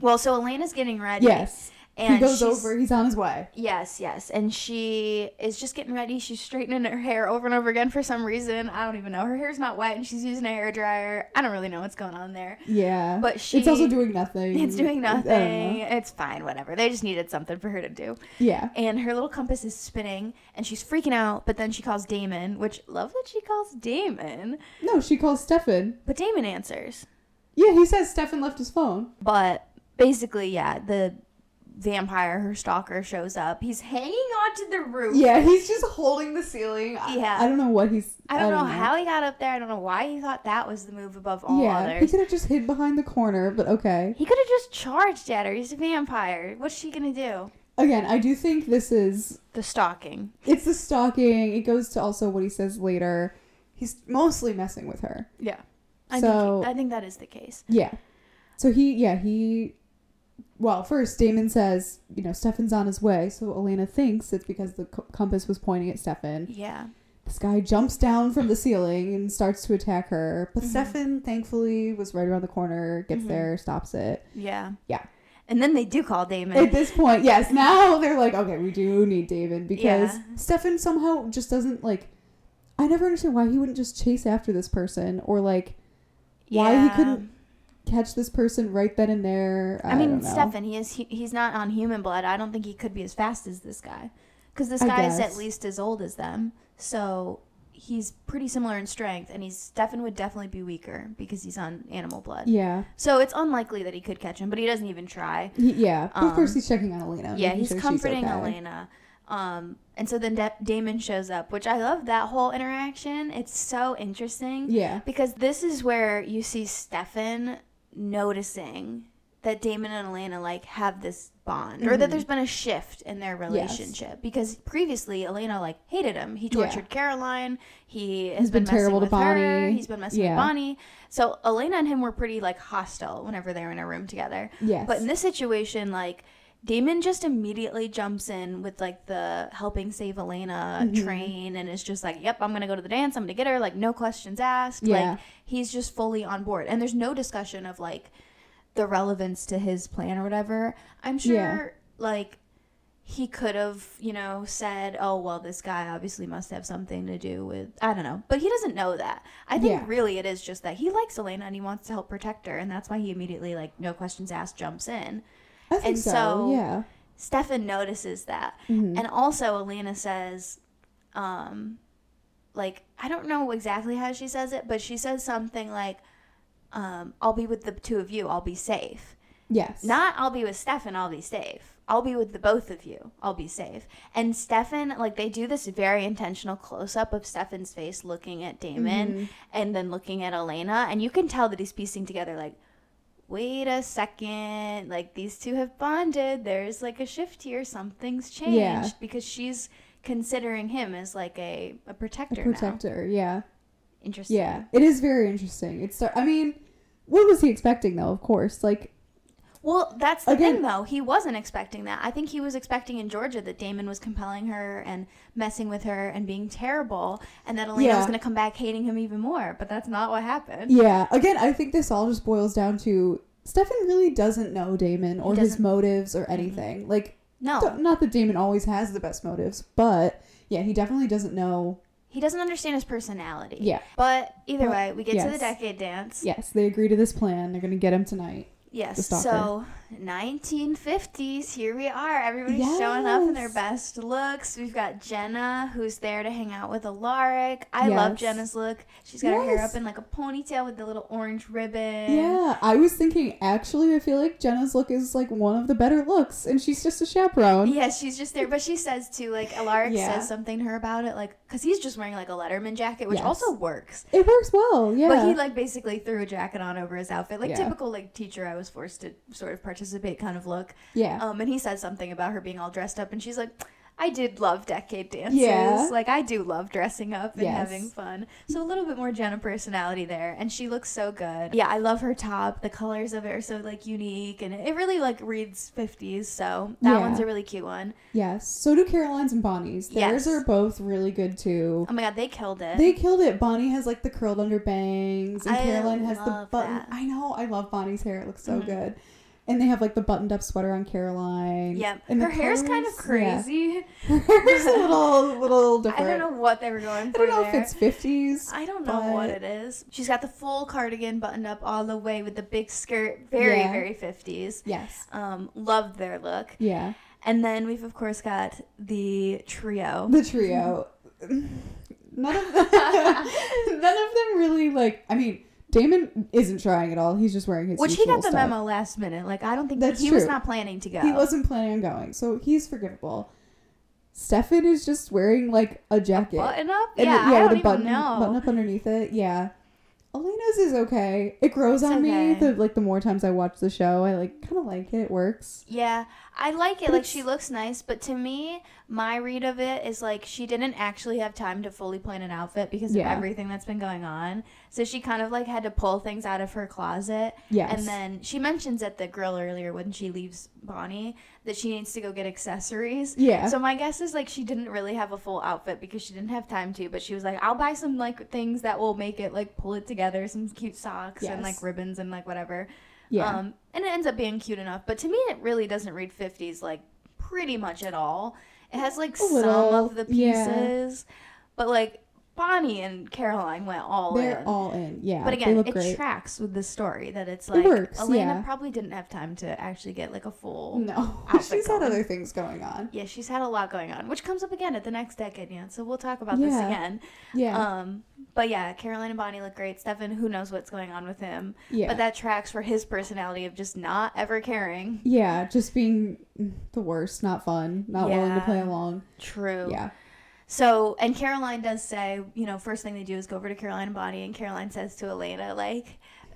Speaker 1: Well, so Elena's getting ready.
Speaker 2: Yes,
Speaker 1: and
Speaker 2: he goes
Speaker 1: she's-
Speaker 2: over. He's on his way.
Speaker 1: Yes, yes. And she is just getting ready. She's straightening her hair over and over again for some reason. I don't even know. Her hair's not wet and she's using a hairdryer. I don't really know what's going on there.
Speaker 2: Yeah,
Speaker 1: But she
Speaker 2: it's also doing nothing.
Speaker 1: It's doing
Speaker 2: I don't
Speaker 1: nothing.
Speaker 2: know.
Speaker 1: It's fine, whatever. They just needed something for her to do.
Speaker 2: Yeah.
Speaker 1: And her little compass is spinning and she's freaking out, but then she calls Damon, which love that she calls Damon.
Speaker 2: No, she calls Stefan.
Speaker 1: But Damon answers.
Speaker 2: Yeah, he says Stefan left his phone.
Speaker 1: But basically, yeah, the vampire, her stalker, shows up. He's hanging onto the roof.
Speaker 2: Yeah, he's just holding the ceiling. I-
Speaker 1: Yeah.
Speaker 2: I, don't know what he's.
Speaker 1: I don't, know, how he got up there. I don't know why he thought that was the move above all
Speaker 2: Yeah, he
Speaker 1: others.
Speaker 2: could have just hid behind the corner, but okay.
Speaker 1: He could have just charged at her. He's a vampire. What's she gonna do?
Speaker 2: Again, I do think this is
Speaker 1: The stalking.
Speaker 2: it's the stalking. It goes to also what he says later. He's mostly messing with her.
Speaker 1: Yeah. I
Speaker 2: So-
Speaker 1: think I think that is the case.
Speaker 2: Yeah. So he, yeah, he. Well, first Damon says, you know, Stefan's on his way, so Elena thinks it's because the co- compass was pointing at Stefan.
Speaker 1: Yeah.
Speaker 2: This guy jumps down from the ceiling and starts to attack her, but
Speaker 1: Mhm.
Speaker 2: Stefan thankfully was right around the corner, gets
Speaker 1: Mhm.
Speaker 2: there, stops it.
Speaker 1: Yeah.
Speaker 2: Yeah.
Speaker 1: And then they do call
Speaker 2: At
Speaker 1: Damon.
Speaker 2: this point, yes. Now they're like, okay, we do need David because
Speaker 1: Yeah.
Speaker 2: Stefan somehow just doesn't like. I never understood why he wouldn't just chase after this person or like why he
Speaker 1: Yeah.
Speaker 2: couldn't catch this person right then and there. I,
Speaker 1: I mean,
Speaker 2: don't know.
Speaker 1: Stefan. He is. He, he's not on human blood. I don't think he could be as fast as this guy, because this
Speaker 2: I
Speaker 1: guy is at
Speaker 2: guess.
Speaker 1: least as old as them. So he's pretty similar in strength, and he's Stefan would definitely be weaker because he's on animal blood.
Speaker 2: Yeah,
Speaker 1: So it's unlikely that he could catch him, but he doesn't even try.
Speaker 2: He- yeah. But of course,
Speaker 1: Um,
Speaker 2: he's checking on Elena.
Speaker 1: yeah,
Speaker 2: making
Speaker 1: he's
Speaker 2: sure she's
Speaker 1: comforting
Speaker 2: okay.
Speaker 1: Elena. Um, and so then da- Damon shows up, which I love that whole interaction. It's so interesting
Speaker 2: Yeah,
Speaker 1: because this is where you see Stefan noticing that Damon and Elena like have this bond or
Speaker 2: Mm-hmm.
Speaker 1: that there's been a shift in their relationship because previously Elena like hated him. He tortured Caroline. He has been,
Speaker 2: been terrible to
Speaker 1: messing with her.
Speaker 2: Bonnie.
Speaker 1: He's been messing
Speaker 2: Yeah.
Speaker 1: with Bonnie. So Elena and him were pretty like hostile whenever they were in a room together.
Speaker 2: Yes.
Speaker 1: But in this situation, like Damon just immediately jumps in with like the helping save Elena
Speaker 2: Mm-hmm.
Speaker 1: train and is just like, "Yep, I'm gonna go to the dance. I'm gonna get her." Like no questions asked.
Speaker 2: Yeah.
Speaker 1: Like he's just fully on board, and there's no discussion of like the relevance to his plan or whatever. I'm sure
Speaker 2: Yeah.
Speaker 1: like he could have, you know, said, "Oh, well, this guy obviously must have something to do with I don't know." But he doesn't know that. I think
Speaker 2: Yeah.
Speaker 1: really it is just that he likes Elena and he wants to help protect her, and that's why he immediately like no questions asked jumps in.
Speaker 2: I think
Speaker 1: and
Speaker 2: so,
Speaker 1: so-
Speaker 2: Yeah.
Speaker 1: Stefan notices that. And also Elena says um like I don't know exactly how she says it, but she says something like um I'll be with the two of you. I'll be safe.
Speaker 2: Yes.
Speaker 1: Not I'll be with Stefan, I'll be safe. I'll be with the both of you. I'll be safe. And Stefan, like they do this very intentional close up of Stefan's face looking at Damon
Speaker 2: Mm-hmm.
Speaker 1: and then looking at Elena, and you can tell that he's piecing together like wait a second, like these two have bonded. There's like a shift here. Something's changed
Speaker 2: Yeah.
Speaker 1: because she's considering him as like a, a
Speaker 2: a
Speaker 1: protector now.
Speaker 2: protector. Yeah.
Speaker 1: Interesting.
Speaker 2: Yeah. It is very interesting. It's I mean, what was he expecting though? Of course. Like
Speaker 1: Well, that's the
Speaker 2: Again-
Speaker 1: thing, though. He wasn't expecting that. I think he was expecting in Georgia that Damon was compelling her and messing with her and being terrible, and that Elena
Speaker 2: Yeah.
Speaker 1: was going to come back hating him even more. But that's not what happened.
Speaker 2: Yeah. Again, I think this all just boils down to Stefan really doesn't know Damon or his
Speaker 1: doesn't- Mm-hmm.
Speaker 2: motives or anything. Like,
Speaker 1: No,
Speaker 2: don't- not that Damon always has the best motives, but yeah, he definitely doesn't know.
Speaker 1: he doesn't understand his personality.
Speaker 2: Yeah.
Speaker 1: But either
Speaker 2: Well,
Speaker 1: way, we get to the
Speaker 2: yes.
Speaker 1: decade dance.
Speaker 2: Yes, they agree to this plan. They're going to get him tonight. The
Speaker 1: Yes.
Speaker 2: stalker.
Speaker 1: So, 1950s, here we are. Everybody's showing up in their
Speaker 2: Yes.
Speaker 1: best looks. We've got Jenna, who's there to hang out with Alaric. I love
Speaker 2: Yes.
Speaker 1: Jenna's look. She's got her hair
Speaker 2: Yes.
Speaker 1: up in like a ponytail with the little orange ribbon.
Speaker 2: Yeah, I was thinking, actually, I feel like Jenna's look is like one of the better looks, and she's just a chaperone.
Speaker 1: Yeah, she's just there. But she says too, like Alaric
Speaker 2: Yeah.
Speaker 1: says something to her about it, like because he's just wearing like a Letterman jacket, which
Speaker 2: Yes.
Speaker 1: also works.
Speaker 2: It works well, yeah.
Speaker 1: But he like basically threw a jacket on over his outfit, like
Speaker 2: Yeah.
Speaker 1: typical like teacher. I was forced to sort of participate kind of look.
Speaker 2: yeah.
Speaker 1: Um, and he says something about her being all dressed up, and she's like, "I did love decade dances.
Speaker 2: Yeah.
Speaker 1: Like I do love dressing up and
Speaker 2: Yes.
Speaker 1: having fun. So a little bit more Jenna personality there, and she looks so good. Yeah, I love her top. The colors of it are so like unique, and it really like reads fifties. So that
Speaker 2: Yeah.
Speaker 1: one's a really cute one.
Speaker 2: yes. So do Caroline's and Bonnie's.
Speaker 1: Yes.
Speaker 2: Theirs are both really good too.
Speaker 1: Oh my god, they killed it.
Speaker 2: They killed it. Bonnie has like the curled under bangs, and
Speaker 1: I
Speaker 2: Caroline has the
Speaker 1: love
Speaker 2: button.
Speaker 1: that. Mm-hmm.
Speaker 2: I know. I love Bonnie's hair. It looks so good. And they have like the buttoned up sweater on Caroline.
Speaker 1: yep.
Speaker 2: And the
Speaker 1: Her hair's kind of
Speaker 2: colors- yeah.
Speaker 1: crazy.
Speaker 2: Her hair's a little, little different.
Speaker 1: I don't know what they were going
Speaker 2: I
Speaker 1: for.
Speaker 2: don't know if
Speaker 1: there.
Speaker 2: it's fifties.
Speaker 1: I don't know what it
Speaker 2: but-
Speaker 1: is. She's got the full cardigan buttoned up all the way with the big skirt. Very,
Speaker 2: Yeah.
Speaker 1: very 50s.
Speaker 2: Yes.
Speaker 1: Um, loved their look.
Speaker 2: Yeah.
Speaker 1: And then we've, of course, got the trio.
Speaker 2: The trio. none of them, none of them really like. I mean, Damon isn't trying at all. He's just wearing his.
Speaker 1: Which he
Speaker 2: usual
Speaker 1: got the
Speaker 2: stuff.
Speaker 1: memo last minute. Like, I don't think
Speaker 2: That's
Speaker 1: he was
Speaker 2: true.
Speaker 1: not planning to go.
Speaker 2: He wasn't planning on going, so he's forgivable. Stefan is just wearing like a jacket.
Speaker 1: Button up?
Speaker 2: And
Speaker 1: yeah,
Speaker 2: the-
Speaker 1: I don't
Speaker 2: the
Speaker 1: even
Speaker 2: button,
Speaker 1: know.
Speaker 2: button up underneath it. Yeah. Elena's is okay. It grows
Speaker 1: It's
Speaker 2: on me.
Speaker 1: okay.
Speaker 2: The like the more times I watch the show, I like kind of like it. It works.
Speaker 1: Yeah, I like it.
Speaker 2: But
Speaker 1: Like she
Speaker 2: it's-
Speaker 1: looks nice, but to me, my read of it is like she didn't actually have time to fully plan an outfit because
Speaker 2: Yeah.
Speaker 1: of everything that's been going on. So she kind of like had to pull things out of her closet.
Speaker 2: Yes.
Speaker 1: And then she mentions at the grill earlier when she leaves Bonnie that she needs to go get accessories.
Speaker 2: Yeah.
Speaker 1: So my guess is like she didn't really have a full outfit because she didn't have time to, but she was like, I'll buy some like things that will make it like pull it together, some cute socks and
Speaker 2: Yes.
Speaker 1: like ribbons and like whatever.
Speaker 2: yeah.
Speaker 1: Um, and it ends up being cute enough. But to me, it really doesn't read 50s like pretty much at all. It has like
Speaker 2: little,
Speaker 1: some of the
Speaker 2: yeah.
Speaker 1: pieces, but like Bonnie and Caroline went all
Speaker 2: They're
Speaker 1: in.
Speaker 2: all in. Yeah.
Speaker 1: um, but
Speaker 2: they
Speaker 1: again,
Speaker 2: look
Speaker 1: it
Speaker 2: great.
Speaker 1: tracks with the story that it's like
Speaker 2: works,
Speaker 1: Elena
Speaker 2: yeah. Mm.
Speaker 1: probably didn't have time to actually get like a full.
Speaker 2: no,
Speaker 1: outfit
Speaker 2: she's had
Speaker 1: going.
Speaker 2: other things going on.
Speaker 1: Yeah, she's had a lot going on, which comes up again at the next decade, yeah. So we'll talk about this
Speaker 2: Yeah.
Speaker 1: again.
Speaker 2: Yeah.
Speaker 1: Um, but yeah, Caroline and Bonnie look great. Stefan, who knows what's going on with him?
Speaker 2: yeah.
Speaker 1: But that tracks for his personality of just not ever caring.
Speaker 2: yeah. Just being the worst. Not fun. Not willing to
Speaker 1: Yeah.
Speaker 2: play along.
Speaker 1: True.
Speaker 2: Yeah.
Speaker 1: So, and Caroline does say, you know, first thing they do is go over to Caroline and Bonnie, and Caroline says to Elena, like,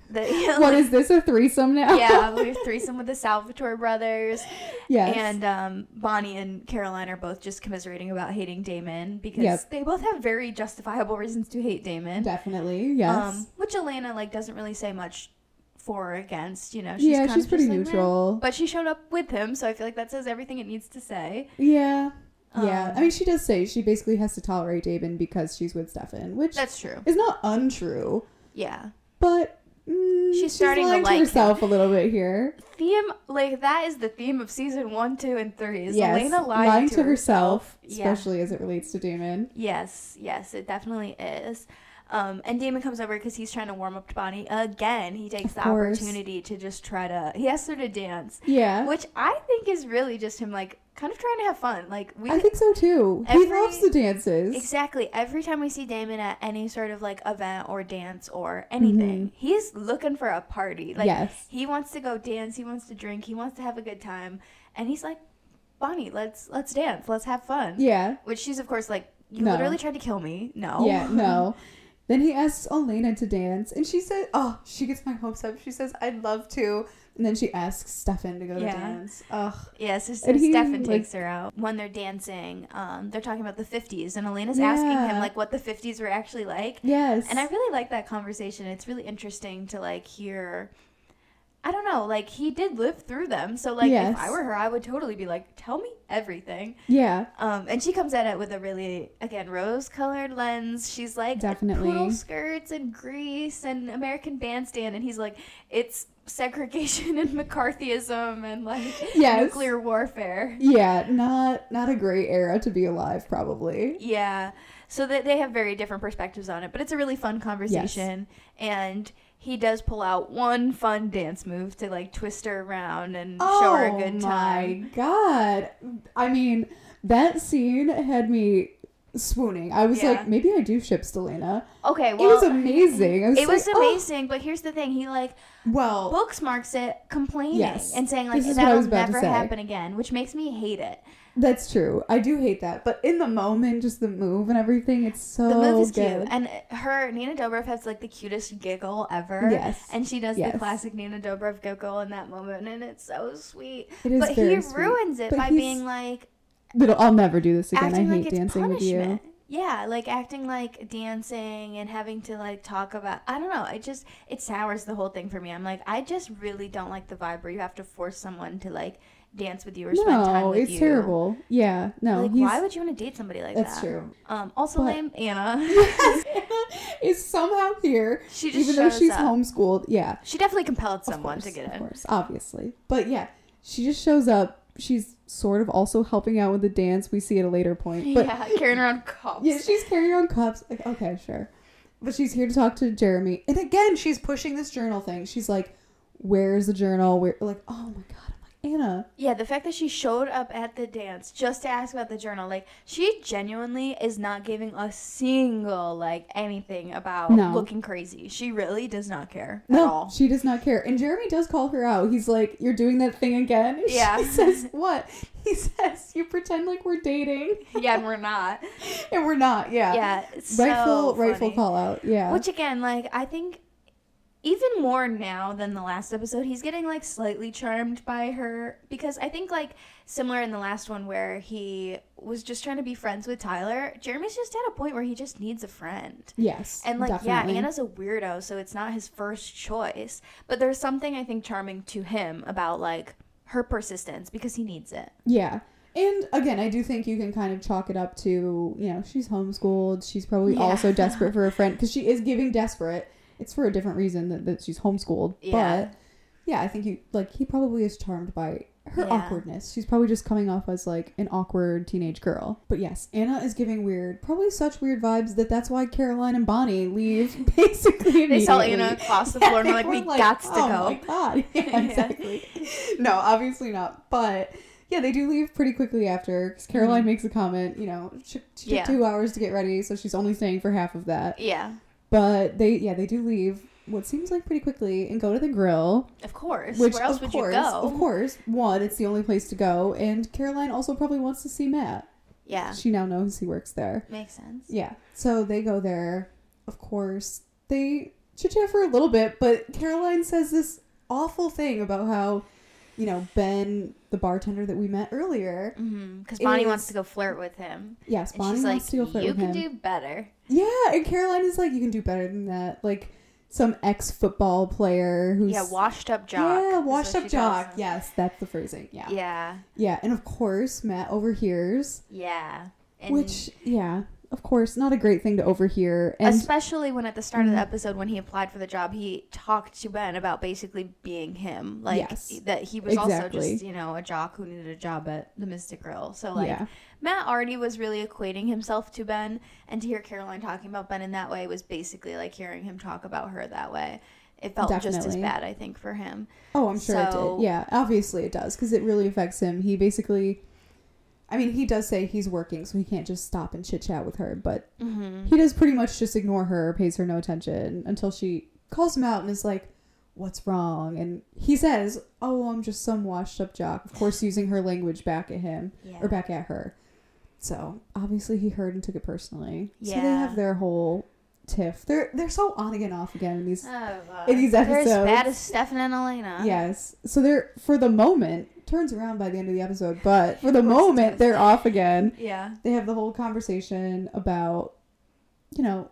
Speaker 1: The,
Speaker 2: What is this? A threesome now?
Speaker 1: yeah, we have threesome with the Salvatore brothers,
Speaker 2: yes.
Speaker 1: and um, Bonnie and Caroline are both just commiserating about hating Damon because
Speaker 2: Yep.
Speaker 1: they both have very justifiable reasons to hate Damon.
Speaker 2: definitely. Yes.
Speaker 1: Um, which Elena like doesn't really say much for or against. You know, she's
Speaker 2: yeah,
Speaker 1: kind
Speaker 2: she's
Speaker 1: of
Speaker 2: pretty
Speaker 1: just like, "Meh."
Speaker 2: neutral.
Speaker 1: But she showed up with him, so I feel like that says everything it needs to say.
Speaker 2: yeah. yeah.
Speaker 1: Um,
Speaker 2: I mean, she does say she basically has to tolerate Damon because she's with Stefan, which
Speaker 1: That's true.
Speaker 2: is not untrue,
Speaker 1: Yeah.
Speaker 2: but mm,
Speaker 1: She's starting to
Speaker 2: lying
Speaker 1: like him.
Speaker 2: herself a little bit here.
Speaker 1: Theme like that is the theme of season one, two, and three. Is
Speaker 2: yes.
Speaker 1: Elena lying,
Speaker 2: to, herself,
Speaker 1: Yeah.
Speaker 2: especially as it relates to Damon.
Speaker 1: Yes, yes, it definitely is. Um, and Damon comes over because he's trying to warm up to Bonnie again. He takes
Speaker 2: Of
Speaker 1: the
Speaker 2: course.
Speaker 1: opportunity to just try to. He asks her to dance,
Speaker 2: Yeah.
Speaker 1: which I think is really just him, like kind of trying to have fun. Like we
Speaker 2: I think so too. he
Speaker 1: every-
Speaker 2: loves the dances.
Speaker 1: exactly every time we see Damon at any sort of like event or dance or anything, he's looking for a party. Like
Speaker 2: Mm-hmm. Yes.
Speaker 1: he wants to go dance, he wants to drink, he wants to have a good time, and he's like, Bonnie, let's let's dance, let's have fun.
Speaker 2: Yeah.
Speaker 1: Which she's of course like, you
Speaker 2: No.
Speaker 1: literally tried to kill me. No.
Speaker 2: Yeah, no. Then he asks Elena to dance, and she says, "Oh, she gets my hopes up." She says, "I'd love to," and then she asks Stefan to go to
Speaker 1: Yeah.
Speaker 2: dance. Ugh,
Speaker 1: Yeah, so, so
Speaker 2: And he,
Speaker 1: Stefan
Speaker 2: like-
Speaker 1: takes her out when they're dancing. Um, they're talking about the fifties, and Elena's asking
Speaker 2: Yeah.
Speaker 1: him like what the fifties were actually like.
Speaker 2: yes.
Speaker 1: And I really like that conversation. It's really interesting to like hear. I don't know, like he did live through them, so like
Speaker 2: Yes.
Speaker 1: if I were her, I would totally be like, "Tell me everything."
Speaker 2: yeah,
Speaker 1: Um, and she comes at it with a really again rose-colored lens. She's like
Speaker 2: Definitely.
Speaker 1: poodle skirts and Greece and American Bandstand, and he's like, "It's segregation and McCarthyism and like
Speaker 2: Yes.
Speaker 1: nuclear warfare."
Speaker 2: yeah. Not not a great era to be alive, probably.
Speaker 1: Yeah. So that they have very different perspectives on it, but it's a really fun conversation. And he does pull out one fun dance move to like twist her around and show her a good time.
Speaker 2: Oh my god! I mean, that scene had me swooning. I was
Speaker 1: Yeah.
Speaker 2: like, maybe I do ship Stelena.
Speaker 1: Okay,
Speaker 2: it was
Speaker 1: well,
Speaker 2: amazing. I was
Speaker 1: it was
Speaker 2: like, oh,
Speaker 1: amazing, but here's the thing: he like
Speaker 2: well,
Speaker 1: books marks it, complaining
Speaker 2: Yes.
Speaker 1: and saying like
Speaker 2: This is what I
Speaker 1: that'll
Speaker 2: was about to
Speaker 1: never
Speaker 2: say.
Speaker 1: happen again, which makes me hate it.
Speaker 2: That's true. I do hate that, but in the moment, just the move and everything, it's so
Speaker 1: The move is
Speaker 2: Oh, good.
Speaker 1: cute, and her Nina Dobrev has like the cutest giggle ever.
Speaker 2: Yes.
Speaker 1: and she does
Speaker 2: Yes.
Speaker 1: the classic Nina Dobrev giggle in that moment, and it's so sweet.
Speaker 2: It is
Speaker 1: but
Speaker 2: very
Speaker 1: he
Speaker 2: sweet.
Speaker 1: ruins it
Speaker 2: But
Speaker 1: by
Speaker 2: he's
Speaker 1: being like
Speaker 2: But I'll never do this again. I
Speaker 1: acting
Speaker 2: hate
Speaker 1: like it's
Speaker 2: dancing with you.
Speaker 1: punishment. Yeah, like acting like dancing and having to like talk about. I don't know. I just it sours the whole thing for me. I'm like, I just really don't like the vibe where you have to force someone to like dance with you or spend time
Speaker 2: No,
Speaker 1: with
Speaker 2: it's
Speaker 1: you.
Speaker 2: terrible. Yeah, no,
Speaker 1: Like,
Speaker 2: he's
Speaker 1: why would you want to date somebody like
Speaker 2: that's
Speaker 1: that?
Speaker 2: true.
Speaker 1: Um, also
Speaker 2: But-
Speaker 1: named Anna.
Speaker 2: Is somehow here,
Speaker 1: she just
Speaker 2: even though
Speaker 1: shows
Speaker 2: she's
Speaker 1: up.
Speaker 2: homeschooled. Yeah,
Speaker 1: She definitely compelled
Speaker 2: of
Speaker 1: someone
Speaker 2: course,
Speaker 1: to get
Speaker 2: of
Speaker 1: in.
Speaker 2: course, obviously. But yeah, she just shows up. She's sort of also helping out with the dance. We see at a later point, but
Speaker 1: yeah, carrying around cups.
Speaker 2: Yeah, she's carrying on cups. Like, okay, sure. But she's here to talk to Jeremy. And again, she's pushing this journal thing. She's like, where's the journal? Where like, oh my god, I'm like, Anna.
Speaker 1: yeah, the fact that she showed up at the dance just to ask about the journal, like she genuinely is not giving a single like anything about
Speaker 2: No.
Speaker 1: looking crazy. She really does not care at
Speaker 2: No,
Speaker 1: all.
Speaker 2: she does not care. And Jeremy does call her out. He's like, You're doing that thing again. And
Speaker 1: Yeah.
Speaker 2: She says, What? He says, You pretend like we're dating.
Speaker 1: yeah, and we're not.
Speaker 2: And we're not, yeah.
Speaker 1: Yeah, it's so
Speaker 2: Rightful rightful
Speaker 1: funny.
Speaker 2: call out. Yeah.
Speaker 1: Which again, like I think even more now than the last episode, he's getting like slightly charmed by her because I think like similar in the last one where he was just trying to be friends with Tyler, Jeremy's just at a point where he just needs a friend.
Speaker 2: yes.
Speaker 1: And like
Speaker 2: definitely.
Speaker 1: yeah, Anna's a weirdo, so it's not his first choice, but there's something I think charming to him about like her persistence because he needs it.
Speaker 2: Yeah. And again, I do think you can kind of chalk it up to, you know, she's homeschooled. She's probably
Speaker 1: Yeah.
Speaker 2: also desperate for a friend because she is giving desperate. It's for a different reason that, that she's homeschooled.
Speaker 1: Yeah.
Speaker 2: But yeah, I think you, like, he probably is charmed by her
Speaker 1: Yeah.
Speaker 2: awkwardness. She's probably just coming off as, like, an awkward teenage girl. But yes, Anna is giving weird, probably such weird vibes that that's why Caroline and Bonnie leave basically
Speaker 1: They saw
Speaker 2: immediately.
Speaker 1: Anna across the floor and we're like,
Speaker 2: We're
Speaker 1: we gots to
Speaker 2: oh
Speaker 1: go.
Speaker 2: my god. Yeah,
Speaker 1: Yeah.
Speaker 2: exactly. No, obviously not. But yeah, they do leave pretty quickly after 'cause Caroline makes a comment, you know, she, she took
Speaker 1: Mm-hmm. Yeah.
Speaker 2: two hours to get ready, so she's only staying for half of that.
Speaker 1: Yeah,
Speaker 2: But they, yeah, they do leave what seems like pretty quickly and go to the grill.
Speaker 1: of course.
Speaker 2: Which,
Speaker 1: Where else
Speaker 2: of
Speaker 1: would
Speaker 2: course,
Speaker 1: you go?
Speaker 2: Of course. One, it's the only place to go. And Caroline also probably wants to see Matt.
Speaker 1: Yeah,
Speaker 2: She now knows he works there.
Speaker 1: makes sense.
Speaker 2: Yeah. So they go there. Of course, they chit chat for a little bit, but Caroline says this awful thing about how, you know, Ben, the bartender that we met earlier,
Speaker 1: Because
Speaker 2: It
Speaker 1: Mm-hmm. Bonnie
Speaker 2: is-
Speaker 1: wants to go flirt with him.
Speaker 2: yes,
Speaker 1: And
Speaker 2: Bonnie
Speaker 1: she's
Speaker 2: wants
Speaker 1: like,
Speaker 2: to go flirt
Speaker 1: you
Speaker 2: with
Speaker 1: can
Speaker 2: him.
Speaker 1: do better.
Speaker 2: yeah, and Caroline is like, you can do better than that. Like some ex football player who's
Speaker 1: Yeah, washed up jock.
Speaker 2: Yeah,
Speaker 1: is what
Speaker 2: washed up
Speaker 1: she calls
Speaker 2: jock.
Speaker 1: him.
Speaker 2: Yes, that's the phrasing. Yeah. yeah,
Speaker 1: Yeah.
Speaker 2: and of course Matt overhears,
Speaker 1: Yeah. And
Speaker 2: which yeah, of course, not a great thing to overhear. And Mm.
Speaker 1: especially when at the start of the episode when he applied for the job, he talked to Ben about basically being him. Like
Speaker 2: Yes.
Speaker 1: that he was also just,
Speaker 2: Exactly.
Speaker 1: you know, a jock who needed a job at the Mystic Grill. So like
Speaker 2: yeah,
Speaker 1: Matt already was really equating himself to Ben, and to hear Caroline talking about Ben in that way was basically like hearing him talk about her that way. It felt just as
Speaker 2: Definitely.
Speaker 1: bad, I think, for him.
Speaker 2: oh, I'm sure
Speaker 1: so-
Speaker 2: it did. Yeah, obviously it does because it really affects him. He basically, I mean, he does say he's working, so he can't just stop and chit chat with her, but
Speaker 1: Mm-hmm.
Speaker 2: he does pretty much just ignore her, pays her no attention until she calls him out and is like. What's wrong? And he says, Oh, I'm just some washed up jock. Of course, using her language back at him.
Speaker 1: Yeah.
Speaker 2: or back at her. So obviously he heard and took it personally. So they
Speaker 1: Yeah.
Speaker 2: have their whole tiff. They're they're so on again off again in these
Speaker 1: Oh, uh,
Speaker 2: In these
Speaker 1: They're as bad
Speaker 2: episodes.
Speaker 1: as Stefan and Elena.
Speaker 2: Yes. So they're for the moment turns around by the end of the episode, but for the
Speaker 1: Of course it
Speaker 2: moment
Speaker 1: does.
Speaker 2: they're off again.
Speaker 1: Yeah.
Speaker 2: They have the whole conversation about you know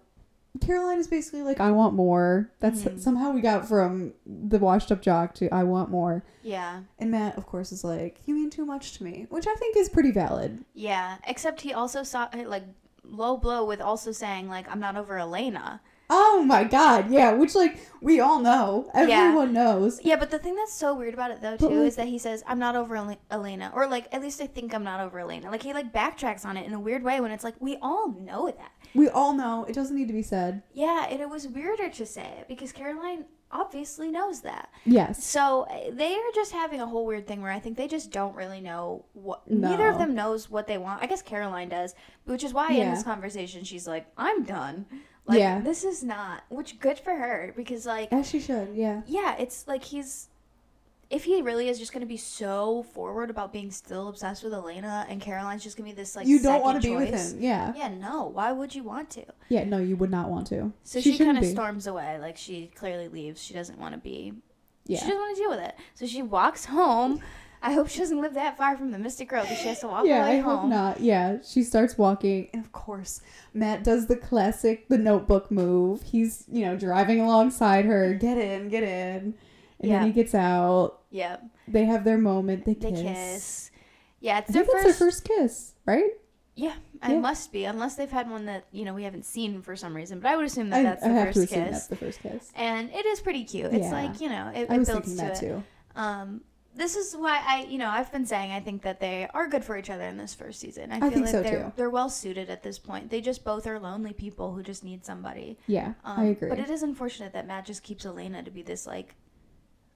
Speaker 2: Caroline is basically like I want more. That's
Speaker 1: Mhm.
Speaker 2: somehow we got from the washed up jock to I want more.
Speaker 1: Yeah.
Speaker 2: And Matt of course is like you mean too much to me, which I think is pretty valid.
Speaker 1: Yeah. Except he also saw eh, like low blow with also saying like I'm not over Elena.
Speaker 2: Oh my god, yeah, which like we all know.
Speaker 1: Yeah.
Speaker 2: Everyone knows.
Speaker 1: Yeah, but the thing that's so weird about it though
Speaker 2: But,
Speaker 1: too is
Speaker 2: like-
Speaker 1: that he says I'm not over Ele- Elena, or like at least I think I'm not over Elena. Like he like backtracks on it in a weird way when it's like we all know that.
Speaker 2: We all know it doesn't need to be said.
Speaker 1: Yeah, and it was weirder to say it because Caroline obviously knows that.
Speaker 2: Yes.
Speaker 1: So uh, they are just having a whole weird thing where I think they just don't really know what.
Speaker 2: No.
Speaker 1: Neither of them knows what they want. I guess Caroline does, which is why in
Speaker 2: Yeah.
Speaker 1: this conversation she's like, "I'm done." Like
Speaker 2: Yeah.
Speaker 1: this is not. Which good for her because like
Speaker 2: As she should, yeah.
Speaker 1: yeah, it's like he's. If he really is just going to be so forward about being still obsessed with Elena and Caroline's just going to be this like
Speaker 2: you don't
Speaker 1: want to
Speaker 2: be with him. Yeah.
Speaker 1: Yeah, no. Why would you want to?
Speaker 2: Yeah, no, you would not want to.
Speaker 1: So she, kind
Speaker 2: shouldn't
Speaker 1: of
Speaker 2: be.
Speaker 1: storms away. Like she clearly leaves. She doesn't want to be. She
Speaker 2: Yeah.
Speaker 1: doesn't want to deal with it. So she walks home. I hope she doesn't live that far from the Mystic Girl because she has to walk all
Speaker 2: Yeah,
Speaker 1: the way
Speaker 2: I hope
Speaker 1: home.
Speaker 2: not. Yeah, she starts walking, and of course, Matt does the classic, the notebook move. He's, you know, driving alongside her. Get in, get in. And
Speaker 1: Yeah.
Speaker 2: then he gets out.
Speaker 1: Yeah,
Speaker 2: They have their moment. They
Speaker 1: they
Speaker 2: kiss.
Speaker 1: kiss. Yeah, it's
Speaker 2: I
Speaker 1: their
Speaker 2: think
Speaker 1: first,
Speaker 2: that's their first kiss, right?
Speaker 1: Yeah, it
Speaker 2: Yeah.
Speaker 1: must be unless they've had one that you know we haven't seen for some reason. But I would assume that
Speaker 2: I,
Speaker 1: that's
Speaker 2: I
Speaker 1: the
Speaker 2: have to
Speaker 1: first
Speaker 2: assume
Speaker 1: kiss.
Speaker 2: that's the first kiss.
Speaker 1: and it is pretty cute. It's
Speaker 2: Yeah.
Speaker 1: like you know, it,
Speaker 2: I
Speaker 1: it
Speaker 2: was
Speaker 1: builds
Speaker 2: thinking
Speaker 1: to
Speaker 2: that
Speaker 1: it.
Speaker 2: too.
Speaker 1: Um, this is why I, you know, I've been saying I think that they are good for each other in this first season. I, feel
Speaker 2: think
Speaker 1: like
Speaker 2: so,
Speaker 1: they're
Speaker 2: too.
Speaker 1: they're well suited at this point. They just both are lonely people who just need somebody.
Speaker 2: Yeah,
Speaker 1: Um,
Speaker 2: I agree.
Speaker 1: But it is unfortunate that Matt just keeps Elena to be this like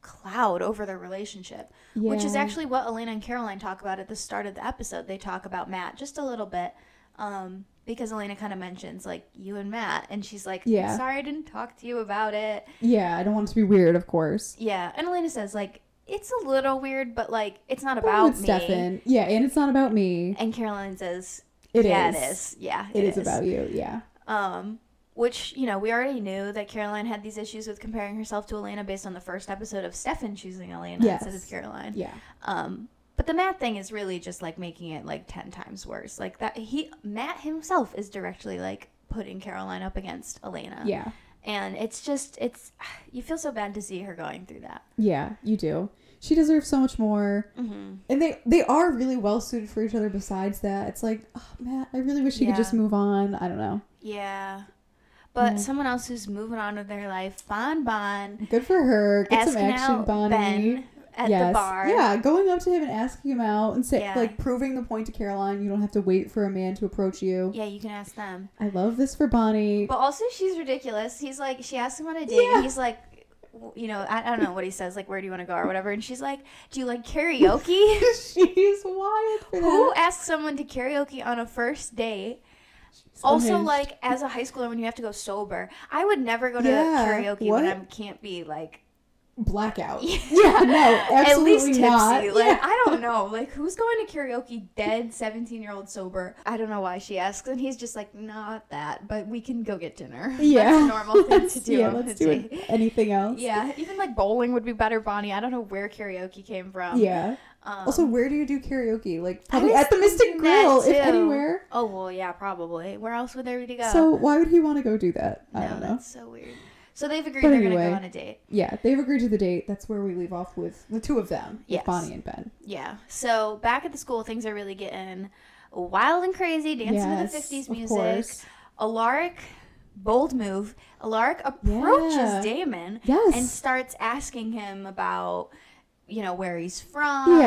Speaker 1: cloud over their relationship, which is
Speaker 2: Yeah.
Speaker 1: actually what Elena and Caroline talk about at the start of the episode. They talk about Matt just a little bit. Um, because Elena kind of mentions like you and Matt, and she's like,
Speaker 2: Yeah.
Speaker 1: sorry I didn't talk to you about it."
Speaker 2: Yeah, I don't want it to be weird, of course.
Speaker 1: Yeah, and Elena says like it's a little weird, but like it's not
Speaker 2: But
Speaker 1: about
Speaker 2: with
Speaker 1: me.
Speaker 2: Stefan. Yeah, and it's not about me.
Speaker 1: And Caroline says,
Speaker 2: It is.
Speaker 1: "Yeah, it is. Yeah,
Speaker 2: It is about you. Yeah.
Speaker 1: Um, which you know we already knew that Caroline had these issues with comparing herself to Elena based on the first episode of Stefan choosing Elena instead of
Speaker 2: Yes.
Speaker 1: Caroline.
Speaker 2: Yeah.
Speaker 1: Um, but the Matt thing is really just like making it like ten times worse. Like that he Matt himself is directly like putting Caroline up against Elena.
Speaker 2: Yeah.
Speaker 1: and it's just it's you feel so bad to see her going through that.
Speaker 2: Yeah, you do. She deserves so much more.
Speaker 1: Mm-hmm.
Speaker 2: And they they are really well suited for each other besides that. It's like, oh man, I really wish you
Speaker 1: Yeah.
Speaker 2: could just move on. I don't know.
Speaker 1: Yeah. But
Speaker 2: Yeah.
Speaker 1: someone else who's moving on with their life, Bon Bon,
Speaker 2: Good for her. Get some
Speaker 1: asking
Speaker 2: action,
Speaker 1: out
Speaker 2: Bonnie.
Speaker 1: Ben at
Speaker 2: yes.
Speaker 1: the bar.
Speaker 2: Yeah, going up to him and asking him out and say
Speaker 1: Yeah.
Speaker 2: like proving the point to Caroline, you don't have to wait for a man to approach you.
Speaker 1: Yeah, you can ask them.
Speaker 2: I love this for Bonnie.
Speaker 1: But also, she's ridiculous. He's like, she asks him on a date.
Speaker 2: Yeah.
Speaker 1: and He's like, w- you know, I, I don't know what he says, like, where do you want to go or whatever. And she's like, do you like karaoke?
Speaker 2: She's wild for that.
Speaker 1: Who asks someone to karaoke on a first date?
Speaker 2: So
Speaker 1: Also,
Speaker 2: hinged.
Speaker 1: like, as a high schooler, when you have to go sober, I would never go to
Speaker 2: Yeah,
Speaker 1: karaoke
Speaker 2: what?
Speaker 1: when I can't be, like,
Speaker 2: blackout.
Speaker 1: Yeah.
Speaker 2: Yeah, no,
Speaker 1: At least
Speaker 2: absolutely
Speaker 1: tipsy.
Speaker 2: not.
Speaker 1: Like
Speaker 2: Yeah.
Speaker 1: I don't know. Like who's going to karaoke dead, seventeen-year-old sober? I don't know why she asks, and he's just like, not that. But we can go get dinner. That's a normal thing
Speaker 2: Let's-
Speaker 1: to do.
Speaker 2: Yeah,
Speaker 1: on
Speaker 2: let's
Speaker 1: a
Speaker 2: do
Speaker 1: date.
Speaker 2: it. Anything else?
Speaker 1: Yeah, even like bowling would be better, Bonnie. I don't know where karaoke came from.
Speaker 2: Yeah.
Speaker 1: Um,
Speaker 2: also, where do you do karaoke? Like
Speaker 1: I
Speaker 2: probably
Speaker 1: was
Speaker 2: at the Mystic
Speaker 1: thinking that,
Speaker 2: Grill, if
Speaker 1: too.
Speaker 2: anywhere.
Speaker 1: Oh well, yeah, probably. Where else would there be to go?
Speaker 2: So why would he want to go do that?
Speaker 1: no,
Speaker 2: I don't know.
Speaker 1: that's so weird. So they've agreed
Speaker 2: But
Speaker 1: they're gonna
Speaker 2: anyway.
Speaker 1: go on a date.
Speaker 2: Yeah, they've agreed to the date. That's where we leave off with the two of them, with
Speaker 1: Yes.
Speaker 2: Bonnie and Ben.
Speaker 1: Yeah. So back at the school, things are really getting wild and crazy. Dancing
Speaker 2: yes,
Speaker 1: to the fifties
Speaker 2: of
Speaker 1: music.
Speaker 2: course.
Speaker 1: Alaric, bold move. Alaric approaches
Speaker 2: Yeah.
Speaker 1: Damon
Speaker 2: Yes.
Speaker 1: and starts asking him about, you know, where he's from,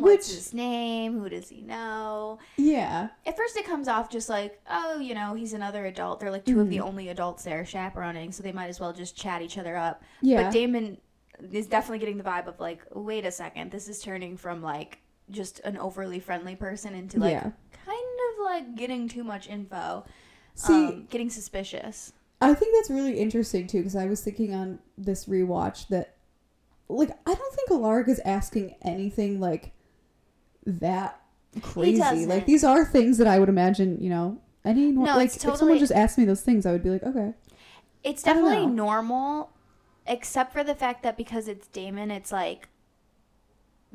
Speaker 1: what's
Speaker 2: which-
Speaker 1: his name, who does he know.
Speaker 2: yeah.
Speaker 1: At first, it comes off just like, oh, you know, he's another adult. They're like 2 of the
Speaker 2: Mm-hmm.
Speaker 1: only adults there chaperoning, so they might as well just chat each other up.
Speaker 2: Yeah.
Speaker 1: But Damon is definitely getting the vibe of like, wait a second, this is turning from like just an overly friendly person into like
Speaker 2: Yeah.
Speaker 1: kind of like getting too much info.
Speaker 2: See,
Speaker 1: um, getting suspicious.
Speaker 2: I think that's really interesting too, because I was thinking on this rewatch that, like, I don't think Alaric is asking anything like that crazy.
Speaker 1: doesn't.
Speaker 2: Like, these are things that I would imagine, you know, any nor-
Speaker 1: No,
Speaker 2: like
Speaker 1: it's
Speaker 2: if someone
Speaker 1: totally-
Speaker 2: just asked me those things, I would be like, okay,
Speaker 1: It's
Speaker 2: I don't
Speaker 1: definitely
Speaker 2: know.
Speaker 1: normal, except for the fact that because it's Damon, it's like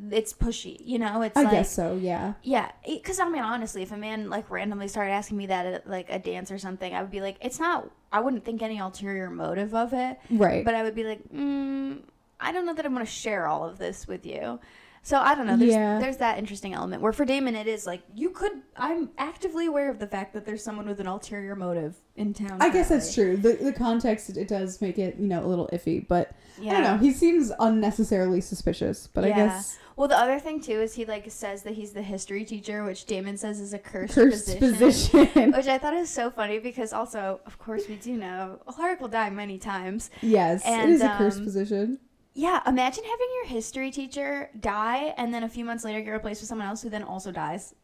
Speaker 1: it's pushy. You know, it's
Speaker 2: I
Speaker 1: like
Speaker 2: guess so, yeah,
Speaker 1: Yeah, because I mean, honestly, if a man like randomly started asking me that at like a dance or something, I would be like, it's not. I wouldn't think any ulterior motive of it,
Speaker 2: right,
Speaker 1: but I would be like, mm, I don't know that I'm going to share all of this with you. So I don't know. There's,
Speaker 2: Yeah.
Speaker 1: there's that interesting element where for Damon it is like you could. I'm actively aware of the fact that there's someone with an ulterior motive in town.
Speaker 2: I guess that's
Speaker 1: currently.
Speaker 2: true. The the context it- it does make it you know a little iffy, but
Speaker 1: Yeah.
Speaker 2: I don't know. He seems unnecessarily suspicious, but I
Speaker 1: Yeah.
Speaker 2: guess
Speaker 1: Well, the other thing too is he like says that he's the history teacher, which Damon says is a cursed,
Speaker 2: cursed
Speaker 1: position.
Speaker 2: position.
Speaker 1: which I thought is so funny because also, of course, we do know Alaric will die many times.
Speaker 2: yes,
Speaker 1: And,
Speaker 2: it is a cursed
Speaker 1: um,
Speaker 2: position.
Speaker 1: Yeah, imagine having your history teacher die and then a few months later get replaced with someone else who then also dies.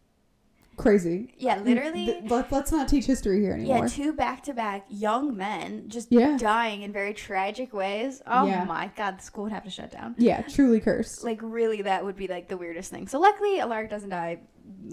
Speaker 2: Crazy.
Speaker 1: Yeah, literally.
Speaker 2: Mm, Th- let, us not teach history here
Speaker 1: yeah,
Speaker 2: anymore.
Speaker 1: two back to back young men just
Speaker 2: Yeah.
Speaker 1: dying in very tragic ways. Oh
Speaker 2: Yeah.
Speaker 1: my god, the school would have to shut down.
Speaker 2: Yeah, truly cursed.
Speaker 1: Like, really, that would be like the weirdest thing. So, luckily, Alaric doesn't die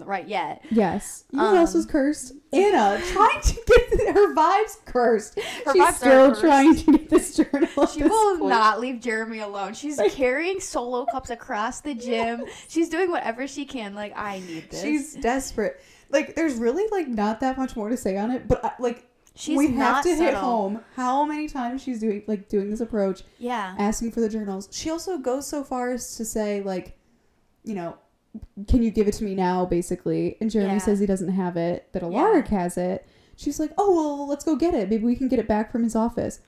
Speaker 1: right yet.
Speaker 2: yes. You know who else was
Speaker 1: um,
Speaker 2: cursed? Anna trying to get her vibes cursed.
Speaker 1: Her
Speaker 2: She's
Speaker 1: vibes are
Speaker 2: still
Speaker 1: cursed.
Speaker 2: trying to get this journal. at
Speaker 1: She
Speaker 2: this
Speaker 1: will
Speaker 2: point.
Speaker 1: not leave Jeremy alone. She's carrying solo cups across the gym. She's doing whatever she can. Like, I need this.
Speaker 2: She's desperate. Like, there's really like not that much more to say on it, but I, like
Speaker 1: She's
Speaker 2: we
Speaker 1: not
Speaker 2: have to hit
Speaker 1: subtle.
Speaker 2: home how many times she's doing like doing this approach,
Speaker 1: Yeah.
Speaker 2: asking for the journals. She also goes so far as to say like, you know, can you give it to me now? Basically, and Jeremy
Speaker 1: Yeah.
Speaker 2: says he doesn't have it. That Alaric has it. She's like, oh well, let's go get it. Maybe we can get it back from his office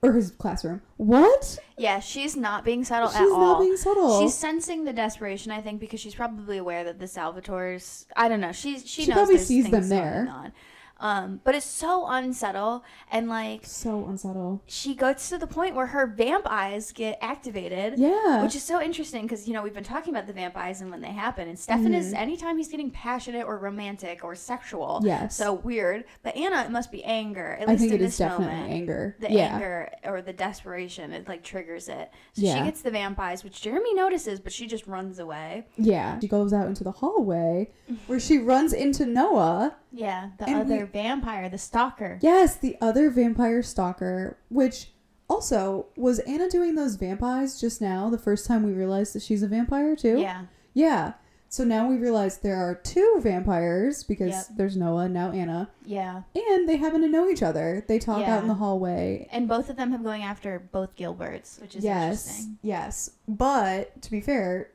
Speaker 2: or his classroom. What?
Speaker 1: Yeah, she's not being subtle
Speaker 2: she's
Speaker 1: at
Speaker 2: not
Speaker 1: all.
Speaker 2: being subtle.
Speaker 1: She's sensing the desperation, I think, because she's probably aware that the Salvators. I don't know. She's she,
Speaker 2: She
Speaker 1: knows
Speaker 2: probably
Speaker 1: there's
Speaker 2: sees them
Speaker 1: things
Speaker 2: there.
Speaker 1: going on. Um, but it's so unsubtle, and like
Speaker 2: so unsubtle.
Speaker 1: she gets to the point where her vamp eyes get activated.
Speaker 2: Yeah.
Speaker 1: Which is so interesting because, you know, we've been talking about the vampires and when they happen. And Stefan is, anytime he's getting passionate or romantic or sexual.
Speaker 2: Mm-hmm. Yes.
Speaker 1: So weird. But Anna, it must be anger. At
Speaker 2: I
Speaker 1: least
Speaker 2: think
Speaker 1: in
Speaker 2: it
Speaker 1: this
Speaker 2: is definitely
Speaker 1: moment.
Speaker 2: anger.
Speaker 1: The
Speaker 2: yeah.
Speaker 1: anger or the desperation, it like triggers it. So
Speaker 2: Yeah.
Speaker 1: she gets the vampires, which Jeremy notices, but she just runs away.
Speaker 2: Yeah. She goes out into the hallway where she runs into Noah.
Speaker 1: Yeah. The
Speaker 2: And we-
Speaker 1: other vampire, the stalker.
Speaker 2: Yes, the other vampire stalker, which also was Anna doing those vampires just now, the first time we realized that she's a vampire too?
Speaker 1: Yeah.
Speaker 2: Yeah. So now we realize there are two vampires because
Speaker 1: Yep.
Speaker 2: there's Noah and now Anna,
Speaker 1: Yeah.
Speaker 2: and they happen to know each other. They talk
Speaker 1: Yeah.
Speaker 2: out in the hallway.
Speaker 1: And both of them have going after both Gilberts, which is
Speaker 2: Yes.
Speaker 1: interesting.
Speaker 2: Yes. But to be fair,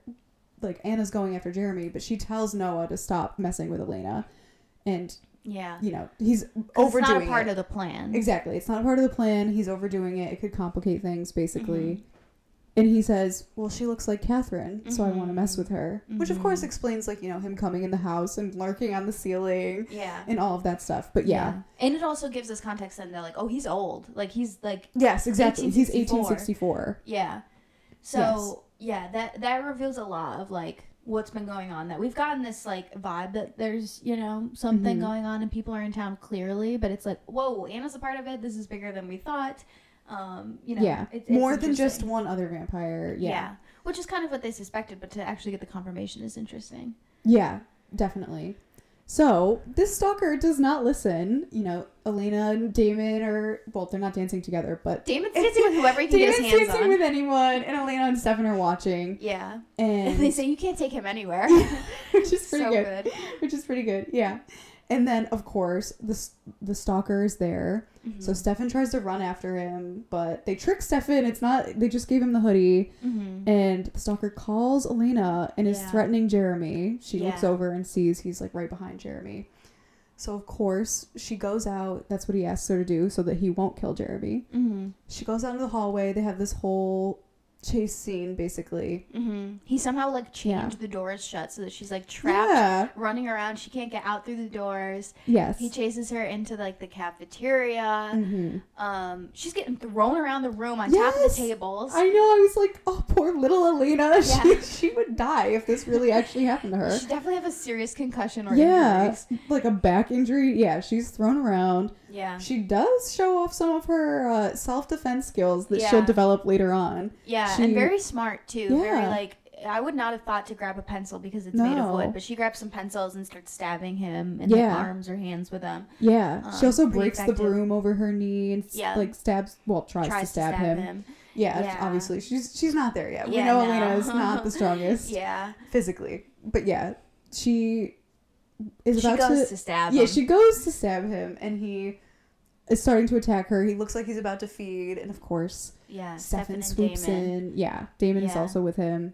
Speaker 2: like Anna's going after Jeremy, but she tells Noah to stop messing with Elena. And,
Speaker 1: Yeah.
Speaker 2: you know, he's
Speaker 1: 'Cause
Speaker 2: overdoing
Speaker 1: it's not a part
Speaker 2: it.
Speaker 1: of the plan.
Speaker 2: Exactly. It's not a part of the plan. He's overdoing it. It could complicate things, basically.
Speaker 1: Mm-hmm.
Speaker 2: And he says, Well, she looks like Catherine, so I want to
Speaker 1: Mm-hmm.
Speaker 2: mess with her. Which, of course, explains, like, you know, him coming in the house and lurking on the ceiling
Speaker 1: Yeah.
Speaker 2: and all of that stuff. But yeah.
Speaker 1: And it also gives us context then they're like, oh, he's old. Like he's like
Speaker 2: Yes, exactly. He's
Speaker 1: 1864.
Speaker 2: 1864.
Speaker 1: yeah. So yeah, that that reveals a lot of like what's been going on. That we've gotten this like vibe that there's, you know, something
Speaker 2: Mm-hmm.
Speaker 1: going on and people are in town clearly, but it's like, whoa, Anna's a part of it. This is bigger than we thought. Um, you know,
Speaker 2: yeah,
Speaker 1: it- it's
Speaker 2: more than just
Speaker 1: interesting.
Speaker 2: one other vampire. Yeah,
Speaker 1: which is kind of what they suspected, but to actually get the confirmation is interesting.
Speaker 2: yeah, definitely. So this stalker does not listen. You know, Elena and Damon are well, they're not dancing together, but
Speaker 1: Damon's dancing with whoever he can get
Speaker 2: Damon's
Speaker 1: his hands
Speaker 2: dancing
Speaker 1: on.
Speaker 2: with anyone, and Elena and Stefan are watching,
Speaker 1: yeah,
Speaker 2: and
Speaker 1: they say you can't take him anywhere.
Speaker 2: which is pretty
Speaker 1: so
Speaker 2: good.
Speaker 1: good.
Speaker 2: which is pretty good. Yeah. And then of course the s- the stalker is there.
Speaker 1: Mm-hmm.
Speaker 2: So Stefan tries to run after him, but they trick Stefan. It's not they just gave him the hoodie
Speaker 1: Mhm.
Speaker 2: and the stalker calls Elena and is
Speaker 1: Yeah.
Speaker 2: threatening Jeremy. She looks
Speaker 1: Yeah.
Speaker 2: over and sees he's like right behind Jeremy. So of course she goes out. That's what he asks her to do so that he won't kill Jeremy.
Speaker 1: Mhm.
Speaker 2: She goes out into the hallway. They have this whole chase scene basically.
Speaker 1: Mhm. He somehow like
Speaker 2: Yeah.
Speaker 1: chained the doors shut so that she's like trapped,
Speaker 2: Yeah.
Speaker 1: running around. She can't get out through the doors.
Speaker 2: Yes.
Speaker 1: He uh, chases her into like the cafeteria.
Speaker 2: Mhm.
Speaker 1: Um, she's getting thrown around the room on top of
Speaker 2: Yes!
Speaker 1: the tables.
Speaker 2: I know. I was like, oh, poor little Elena.
Speaker 1: Yeah.
Speaker 2: She, she would die if this really actually happened to her.
Speaker 1: She definitely have a serious concussion or
Speaker 2: Yeah,
Speaker 1: injuries.
Speaker 2: like a back injury. Yeah, she's thrown around.
Speaker 1: Yeah.
Speaker 2: She does show off some of her uh, self defense skills that she'll
Speaker 1: Yeah.
Speaker 2: develop later on.
Speaker 1: Yeah,
Speaker 2: She-
Speaker 1: and very smart too. Very
Speaker 2: Yeah.
Speaker 1: like I would not have thought to grab a pencil because it's made of
Speaker 2: No.
Speaker 1: wood, but she grabs some pencils and starts stabbing him in
Speaker 2: Yeah.
Speaker 1: the arms or hands with them.
Speaker 2: Yeah, she
Speaker 1: Um,
Speaker 2: also
Speaker 1: pretty
Speaker 2: breaks the
Speaker 1: effective.
Speaker 2: broom over her knee and s
Speaker 1: Yeah.
Speaker 2: like stabs. Well, tries,
Speaker 1: tries
Speaker 2: to stab, him. Yeah, it's-
Speaker 1: Yeah.
Speaker 2: obviously she's she's not there yet. We
Speaker 1: Yeah,
Speaker 2: know
Speaker 1: no.
Speaker 2: Elena is not the strongest
Speaker 1: Yeah,
Speaker 2: physically, but yeah, she is
Speaker 1: she
Speaker 2: about
Speaker 1: goes to, stab
Speaker 2: Yeah,
Speaker 1: him.
Speaker 2: she goes to stab him, and he is starting to attack her. He looks like he's about to feed, and of course,
Speaker 1: yeah, Stefan,
Speaker 2: Stefan swoops
Speaker 1: and Damon.
Speaker 2: in. Yeah, Damon is
Speaker 1: Yeah.
Speaker 2: also with him.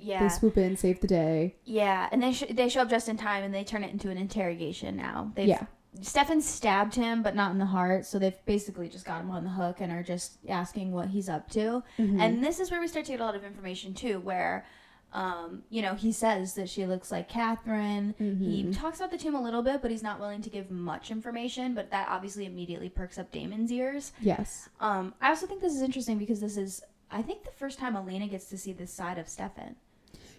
Speaker 2: They
Speaker 1: Yeah,
Speaker 2: swoop in, save the day.
Speaker 1: yeah, and they sh- they show up just in time, and they turn it into an interrogation. Now, they've,
Speaker 2: Yeah.
Speaker 1: Stefan stabbed him, but not in the heart, so they've basically just got him on the hook and are just asking what he's up to.
Speaker 2: Mm-hmm.
Speaker 1: And this is where we start to get a lot of information too, where, um, you know, he says that she looks like Catherine.
Speaker 2: Mm-hmm.
Speaker 1: He talks about the tomb a little bit, but he's not willing to give much information. But that obviously immediately perks up Damon's ears.
Speaker 2: Yes.
Speaker 1: Um, I also think this is interesting because this is, I think, the first time Elena gets to see this side of Stefan.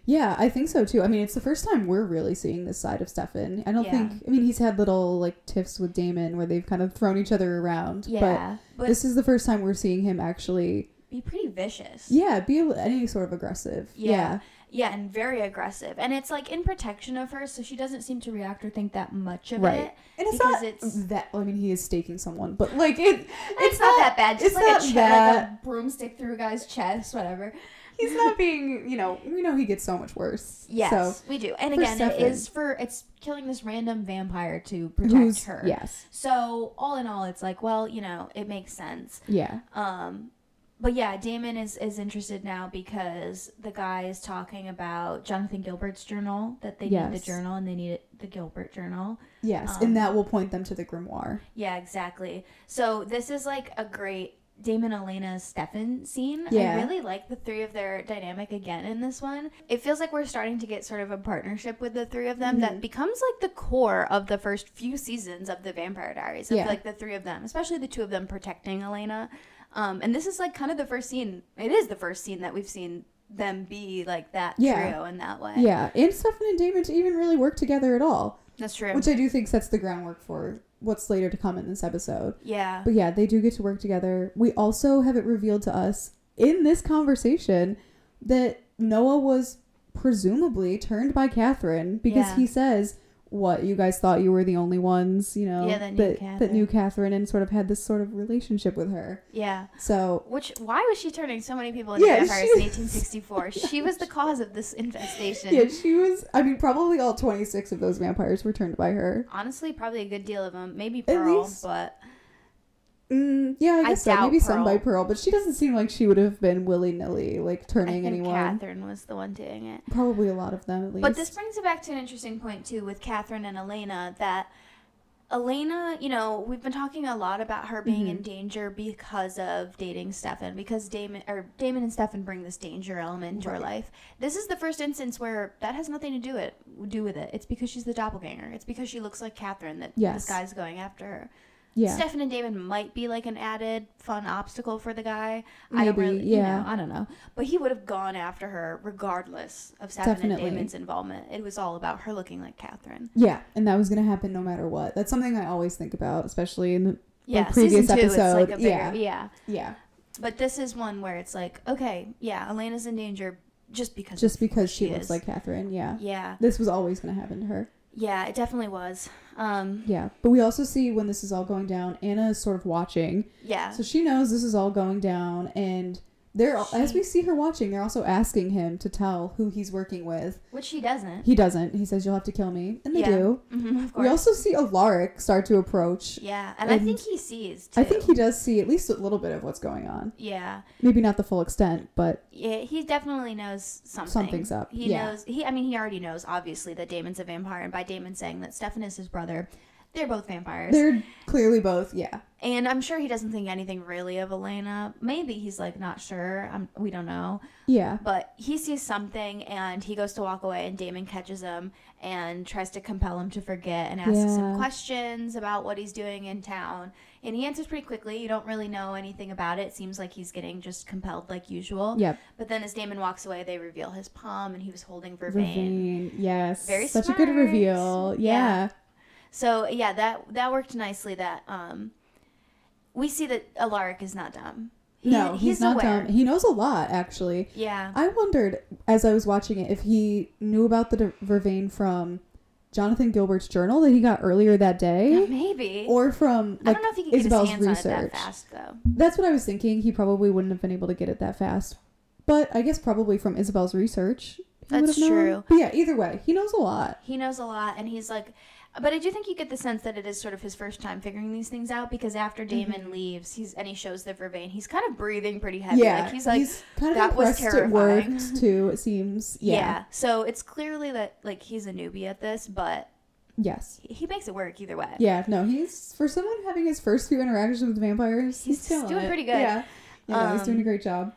Speaker 2: Yeah, I think so too. I mean, it's the first time we're really seeing this side of Stefan. I don't
Speaker 1: Yeah.
Speaker 2: think. I mean, he's had little like tiffs with Damon where they've kind of thrown each other around.
Speaker 1: Yeah, but,
Speaker 2: But this is the first time we're seeing him actually.
Speaker 1: be pretty vicious.
Speaker 2: Yeah, be a- any sort of aggressive.
Speaker 1: Yeah. Yeah, and very aggressive. And it's like in protection of her, so she doesn't seem to react or think that much of
Speaker 2: Right.
Speaker 1: it.
Speaker 2: And it's
Speaker 1: Because
Speaker 2: not
Speaker 1: it's-
Speaker 2: that. I mean, he is staking someone, but like it.
Speaker 1: It's, not, that bad. Just
Speaker 2: it's
Speaker 1: like, a
Speaker 2: not
Speaker 1: che- like a
Speaker 2: that-
Speaker 1: broomstick through a guy's chest, whatever.
Speaker 2: he's not being you know we know he gets so much worse
Speaker 1: Yes,
Speaker 2: so
Speaker 1: we do. And
Speaker 2: for
Speaker 1: again, it
Speaker 2: Stefan-
Speaker 1: is for it's killing this random vampire to protect
Speaker 2: who's
Speaker 1: her.
Speaker 2: yes
Speaker 1: So all in all, it's like, well, you know, it makes sense.
Speaker 2: yeah
Speaker 1: Um, but yeah, Damon is is interested now because the guy is talking about Jonathan Gilbert's journal that they need
Speaker 2: Yes.
Speaker 1: the journal and they need it, the Gilbert journal.
Speaker 2: yes
Speaker 1: Um,
Speaker 2: and that will point them to the grimoire
Speaker 1: Yeah, exactly. So this is like a great Damon Elena Stefan scene.
Speaker 2: Yeah.
Speaker 1: I really like the three of their dynamic again in this one. It feels like we're starting to get sort of a partnership with the three of them
Speaker 2: Mm-hmm.
Speaker 1: that becomes like the core of the first few seasons of the Vampire Diaries. Of
Speaker 2: Yeah.
Speaker 1: like the three of them, especially the two of them protecting Elena. Um, and this is like kind of the first scene. It is the first scene that we've seen them be like that
Speaker 2: Yeah.
Speaker 1: trio in that way.
Speaker 2: yeah and Stefan and Damon to even really work together at all
Speaker 1: That's true.
Speaker 2: which I do think sets the groundwork for what's later to come in this episode
Speaker 1: yeah.
Speaker 2: but yeah they do get to work together we also have it revealed to us in this conversation that Noah was presumably turned by Catherine because
Speaker 1: Yeah.
Speaker 2: he says what you guys thought you were the only ones you know
Speaker 1: Yeah, that knew
Speaker 2: that
Speaker 1: Catherine.
Speaker 2: knew Catherine and sort of had this sort of relationship with her
Speaker 1: Yeah.
Speaker 2: So
Speaker 1: Which why was she turning so many people into
Speaker 2: Yeah,
Speaker 1: vampires
Speaker 2: she-
Speaker 1: in 1864? She was the cause of this infestation.
Speaker 2: yeah, she was. I mean, probably all twenty six of those vampires were turned by her.
Speaker 1: Honestly, probably a good deal of them. Maybe
Speaker 2: At
Speaker 1: Pearl,
Speaker 2: least-
Speaker 1: but
Speaker 2: Mm, yeah, I
Speaker 1: I
Speaker 2: guess so.
Speaker 1: doubt
Speaker 2: Maybe some by
Speaker 1: Pearl.
Speaker 2: Pearl, but she doesn't seem like she would have been willy nilly like
Speaker 1: I
Speaker 2: turning
Speaker 1: think
Speaker 2: anyone.
Speaker 1: Catherine was the one doing it.
Speaker 2: Probably a lot of them at least.
Speaker 1: But this brings it back to an interesting point too with Catherine and Elena that Elena, you know, we've been talking a lot about her being
Speaker 2: Mm-hmm.
Speaker 1: in danger because of dating Stefan, because Damon or Damon and Stefan bring this danger element into her life. This is the first instance where that has nothing to do it do with it. It's because she's the doppelganger. It's because she looks like Catherine that
Speaker 2: Yes.
Speaker 1: this guy's going after her.
Speaker 2: yeah,
Speaker 1: Stefan and Damon might be like an added fun obstacle for the guy. I don't
Speaker 2: Maybe,
Speaker 1: really,
Speaker 2: yeah.
Speaker 1: yeah. you know, I don't know. But he would have gone after her regardless of Stefan
Speaker 2: Definitely.
Speaker 1: and Damon's involvement. It was all about her looking like Catherine.
Speaker 2: yeah, and that was gonna happen no matter what. That's something I always think about, especially in the
Speaker 1: Yeah,
Speaker 2: previous
Speaker 1: season two, it's like
Speaker 2: episode,
Speaker 1: a bigger,
Speaker 2: yeah.
Speaker 1: yeah.
Speaker 2: yeah.
Speaker 1: But this is one where it's like, okay, yeah, Elena's in danger just because.
Speaker 2: Just
Speaker 1: of who
Speaker 2: because she, looks
Speaker 1: is.
Speaker 2: like Catherine, yeah.
Speaker 1: Yeah,
Speaker 2: This was always going to happen to her.
Speaker 1: yeah, it definitely was. Um,
Speaker 2: Yeah. But we also see when this is all going down, Anna is sort of watching.
Speaker 1: yeah,
Speaker 2: So she knows this is all going down. And they're, as we see her watching, they're also asking him to tell who he's working with.
Speaker 1: which she doesn't.
Speaker 2: He doesn't. He says, You'll have to kill me. And they
Speaker 1: Yeah,
Speaker 2: do.
Speaker 1: hmm of
Speaker 2: We
Speaker 1: course.
Speaker 2: also see Alaric start to approach.
Speaker 1: yeah, and, I
Speaker 2: and-
Speaker 1: think he sees. Too.
Speaker 2: I think he does see at least a little bit of what's going on.
Speaker 1: Yeah,
Speaker 2: Maybe not the full extent, but
Speaker 1: yeah, he definitely knows something.
Speaker 2: Something's up,
Speaker 1: He
Speaker 2: yeah.
Speaker 1: knows. He, I mean, he already knows obviously that Damon's a vampire, and by Damon saying that Stefan is his brother, they're both vampires.
Speaker 2: they're clearly both, yeah.
Speaker 1: and I'm sure he doesn't think anything really of Elena. Maybe he's like not sure. I'm, we don't know.
Speaker 2: Yeah.
Speaker 1: But he sees something and he goes to walk away, and Damon catches him and tries to compel him to forget and asks
Speaker 2: Yeah.
Speaker 1: him questions about what he's doing in town. And he answers pretty quickly. You don't really know anything about it. Seems like he's getting just compelled like usual.
Speaker 2: Yep.
Speaker 1: But then as Damon walks away, they reveal his palm and he was holding vervain.
Speaker 2: Vervain. Yes.
Speaker 1: Very
Speaker 2: Such a good
Speaker 1: smart.
Speaker 2: reveal. Yeah.
Speaker 1: Yeah. So yeah, that that worked nicely. That um, we see that Alaric is not dumb. He-
Speaker 2: no, he's, not
Speaker 1: aware.
Speaker 2: dumb. He knows a lot, actually.
Speaker 1: Yeah.
Speaker 2: I wondered as I was watching it if he knew about the de- Vervain from Jonathan Gilbert's journal that he got earlier that day,
Speaker 1: Maybe.
Speaker 2: or from
Speaker 1: I
Speaker 2: like
Speaker 1: don't know if he could
Speaker 2: Isabel's
Speaker 1: get his hands on it
Speaker 2: research.
Speaker 1: that fast though.
Speaker 2: That's what I was thinking. He probably wouldn't have been able to get it that fast, but I guess probably from Isabel's research. he
Speaker 1: That's
Speaker 2: would've known.
Speaker 1: true.
Speaker 2: But yeah, either way, he knows a lot.
Speaker 1: He knows a lot, and he's like, but I do think you get the sense that it is sort of his first time figuring these things out because after
Speaker 2: Mm-hmm.
Speaker 1: Damon leaves, he's and he shows the vervain, he's kind of breathing pretty heavy.
Speaker 2: yeah,
Speaker 1: like he's like,
Speaker 2: kind of
Speaker 1: "That was
Speaker 2: impressed It
Speaker 1: terrifying."
Speaker 2: worked too. It seems.
Speaker 1: yeah.
Speaker 2: Yeah.
Speaker 1: So it's clearly that like he's a newbie at this, but
Speaker 2: Yes.
Speaker 1: he- he makes it work either way.
Speaker 2: Yeah, no, he's for someone having his first few interactions with vampires. He's,
Speaker 1: He's
Speaker 2: killing
Speaker 1: doing
Speaker 2: it.
Speaker 1: pretty good.
Speaker 2: Yeah, yeah, no, he's
Speaker 1: Um,
Speaker 2: doing a great job.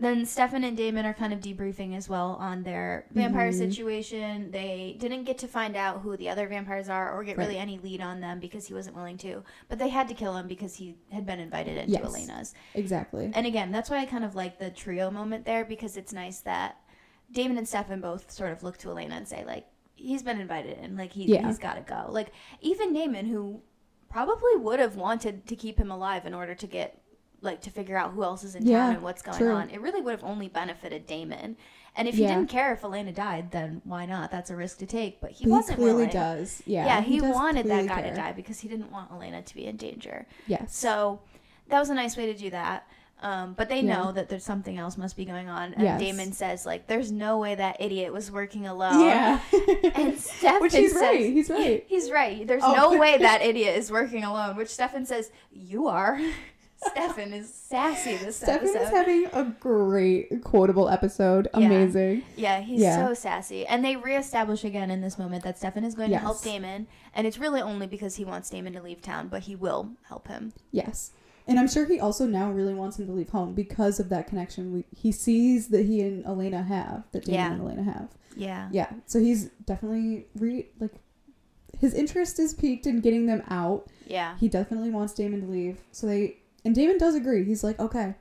Speaker 1: Then Stefan and Damon are kind of debriefing as well on their vampire
Speaker 2: Mm-hmm.
Speaker 1: situation. They didn't get to find out who the other vampires are or get really
Speaker 2: Right.
Speaker 1: any lead on them because he wasn't willing to. But they had to kill him because he had been invited into
Speaker 2: Yes.
Speaker 1: Elena's.
Speaker 2: Exactly.
Speaker 1: And again, that's why I kind of like the trio moment there because it's nice that Damon and Stefan both sort of look to Elena and say, like, he's been invited in. Like, he,
Speaker 2: Yeah.
Speaker 1: he's got to go. Like, even Damon, who probably would have wanted to keep him alive in order to get, like, to figure out who else is in
Speaker 2: Yeah,
Speaker 1: town and what's going
Speaker 2: true.
Speaker 1: on, it really would have only benefited Damon. And if
Speaker 2: Yeah.
Speaker 1: he didn't care if Elena died, then why not? That's a risk to take. But he
Speaker 2: But
Speaker 1: wasn't
Speaker 2: clearly
Speaker 1: willing.
Speaker 2: does. Yeah,
Speaker 1: Yeah, he,
Speaker 2: does
Speaker 1: wanted that
Speaker 2: clearly
Speaker 1: guy
Speaker 2: care.
Speaker 1: to die because he didn't want Elena to be in danger.
Speaker 2: Yes.
Speaker 1: So that was a nice way to do that. Um, but they
Speaker 2: Yeah.
Speaker 1: know that there's something else must be going on. And
Speaker 2: Yes.
Speaker 1: Damon says, like, there's no way that idiot was working alone.
Speaker 2: yeah,
Speaker 1: And Stefan
Speaker 2: which he's
Speaker 1: says,
Speaker 2: right. He's right.
Speaker 1: He's right. There's
Speaker 2: Oh.
Speaker 1: no way that idiot is working alone, which Stefan says, you are. Stefan is sassy this
Speaker 2: Stefan
Speaker 1: episode.
Speaker 2: is having a great quotable episode.
Speaker 1: Yeah.
Speaker 2: Amazing.
Speaker 1: yeah, he's
Speaker 2: Yeah.
Speaker 1: so sassy. And they reestablish again in this moment that Stefan is going
Speaker 2: Yes.
Speaker 1: to help Damon. And it's really only because he wants Damon to leave town, but he will help him.
Speaker 2: Yes. And I'm sure he also now really wants him to leave home because of that connection we, he sees that he and Elena have, that Damon
Speaker 1: Yeah.
Speaker 2: and Elena have.
Speaker 1: Yeah.
Speaker 2: Yeah. So he's definitely re like his interest is piqued in getting them out
Speaker 1: Yeah.
Speaker 2: he definitely wants Damon to leave. So they and Damon does agree. He's like, okay,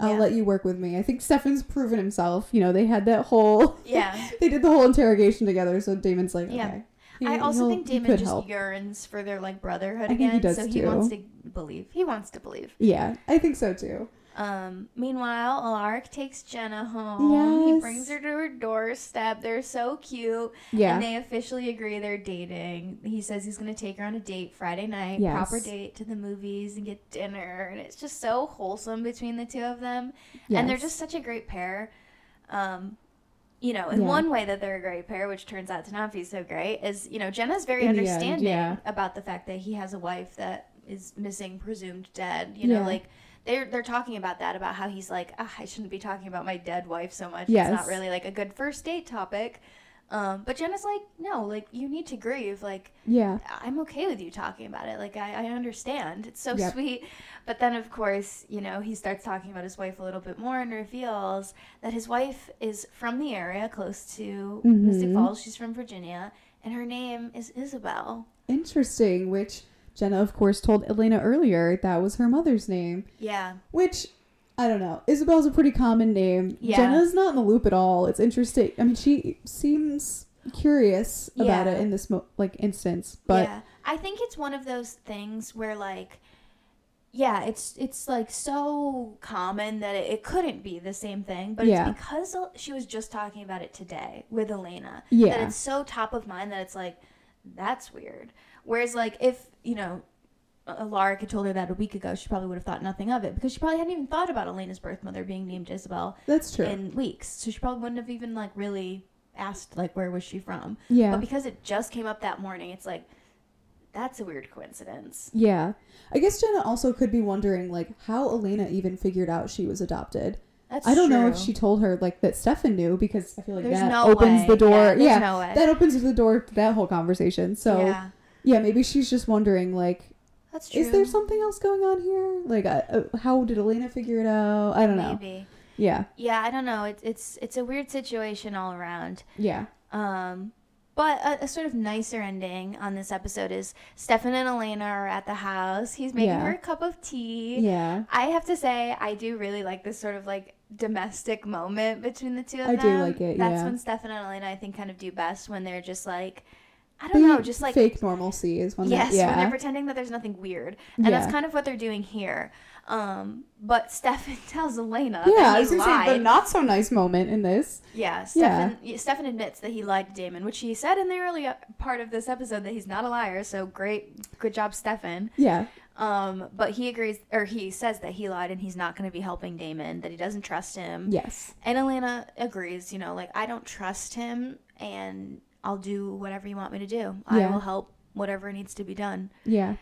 Speaker 2: I'll
Speaker 1: Yeah.
Speaker 2: let you work with me. I think Stefan's proven himself. You know, they had that whole
Speaker 1: Yeah.
Speaker 2: they did the whole interrogation together. So Damon's like, okay.
Speaker 1: Yeah.
Speaker 2: he-
Speaker 1: I also
Speaker 2: he'll-
Speaker 1: think
Speaker 2: he
Speaker 1: Damon
Speaker 2: could
Speaker 1: just
Speaker 2: help.
Speaker 1: yearns for their like brotherhood
Speaker 2: I think he
Speaker 1: again.
Speaker 2: does
Speaker 1: so he
Speaker 2: too.
Speaker 1: wants to believe. He wants to believe.
Speaker 2: Yeah, I think so too.
Speaker 1: Um, meanwhile, Alaric takes Jenna home. He
Speaker 2: Yes.
Speaker 1: brings her to her doorstep. They're so cute.
Speaker 2: Yeah,
Speaker 1: And they officially agree they're dating. He says he's gonna take her on a date Friday night,
Speaker 2: Yes.
Speaker 1: proper date to the movies and get dinner. And it's just so wholesome between the two of them. And they're
Speaker 2: Yes.
Speaker 1: just such a great pair. Um, you know, in
Speaker 2: Yeah.
Speaker 1: one way that they're a great pair, which turns out to not be so great, is, you know, Jenna's very
Speaker 2: In the end,
Speaker 1: understanding
Speaker 2: yeah.
Speaker 1: about the fact that he has a wife that is missing, presumed dead. You know,
Speaker 2: Yeah.
Speaker 1: like they're they're talking about that, about how he's like, ah, I shouldn't be talking about my dead wife so much. It's
Speaker 2: Yes.
Speaker 1: not really like a good first date topic. Um, but Jenna's like, no, like you need to grieve. Like
Speaker 2: yeah.
Speaker 1: I'm okay with you talking about it. Like, I, I understand. It's so
Speaker 2: Yep.
Speaker 1: sweet. But then, of course, you know, he starts talking about his wife a little bit more and reveals that his wife is from the area close to Mystic
Speaker 2: Mhm.
Speaker 1: Falls. She's from Virginia, and her name is Isabel.
Speaker 2: Interesting. Which Jenna, of course, told Elena earlier that was her mother's name.
Speaker 1: Yeah.
Speaker 2: Which. I don't know. Isabel's a pretty common name.
Speaker 1: Yeah.
Speaker 2: Jenna's not in the loop at all. It's interesting. I mean, she seems curious about
Speaker 1: Yeah.
Speaker 2: it in this mo- like instance, but
Speaker 1: yeah. I think it's one of those things where, like, yeah, it's it's like so common that it, it couldn't be the same thing, but
Speaker 2: Yeah.
Speaker 1: it's because El- she was just talking about it today with Elena that
Speaker 2: Yeah.
Speaker 1: it's so top of mind that it's like that's weird. Whereas like if you know. uh, Laura had told her that a week ago. She probably would have thought nothing of it because she probably hadn't even thought about Elena's birth mother being named Isabel
Speaker 2: That's true.
Speaker 1: in weeks. So she probably wouldn't have even like really asked like where was she from.
Speaker 2: yeah.
Speaker 1: But because it just came up that morning, it's like that's a weird coincidence.
Speaker 2: Yeah. I guess Jenna also could be wondering like how Elena even figured out she was adopted.
Speaker 1: That's
Speaker 2: I don't know if
Speaker 1: true.
Speaker 2: she told her like that Stefan knew because I feel like
Speaker 1: There's
Speaker 2: that
Speaker 1: no
Speaker 2: opens
Speaker 1: way.
Speaker 2: the door.
Speaker 1: Yeah, there's
Speaker 2: yeah,
Speaker 1: no way.
Speaker 2: that opens the door to that whole conversation. So yeah,
Speaker 1: yeah,
Speaker 2: maybe she's just wondering like,
Speaker 1: that's true.
Speaker 2: is there something else going on here? Like, uh, uh, how did Elena figure it out? I don't know.
Speaker 1: Maybe.
Speaker 2: Yeah,
Speaker 1: Yeah, I don't know. It's it's it's a weird situation all around.
Speaker 2: yeah,
Speaker 1: Um, but a, a sort of nicer ending on this episode is Stefan and Elena are at the house. He's making
Speaker 2: Yeah.
Speaker 1: her a cup of tea.
Speaker 2: yeah.
Speaker 1: I have to say, I do really like this sort of like domestic moment between the two of
Speaker 2: I
Speaker 1: them.
Speaker 2: do like it,
Speaker 1: That's
Speaker 2: yeah.
Speaker 1: when Stefan and Elena, I think, kind of do best when they're just like, I
Speaker 2: They
Speaker 1: don't know, just like
Speaker 2: fake normalcy is one.
Speaker 1: yes,
Speaker 2: that, yeah,
Speaker 1: when they're pretending that there's nothing weird, and that's
Speaker 2: Yeah.
Speaker 1: kind of what they're doing here. Um, but Stefan tells Elena,
Speaker 2: yeah.
Speaker 1: that
Speaker 2: I
Speaker 1: he
Speaker 2: was gonna
Speaker 1: lied.
Speaker 2: say the not so nice moment in this.
Speaker 1: yeah,
Speaker 2: Yeah.
Speaker 1: Stefan. Yeah. Stefan admits that he lied to Damon, which he said in the earlier part of this episode that he's not a liar. So great, good job, Stefan.
Speaker 2: Yeah,
Speaker 1: Um, but he agrees, or he says that he lied and he's not going to be helping Damon, that he doesn't trust him.
Speaker 2: yes,
Speaker 1: And Elena agrees, you know, like, I don't trust him and I'll do whatever you want me to do. I
Speaker 2: Yeah.
Speaker 1: will help whatever needs to be done.
Speaker 2: yeah.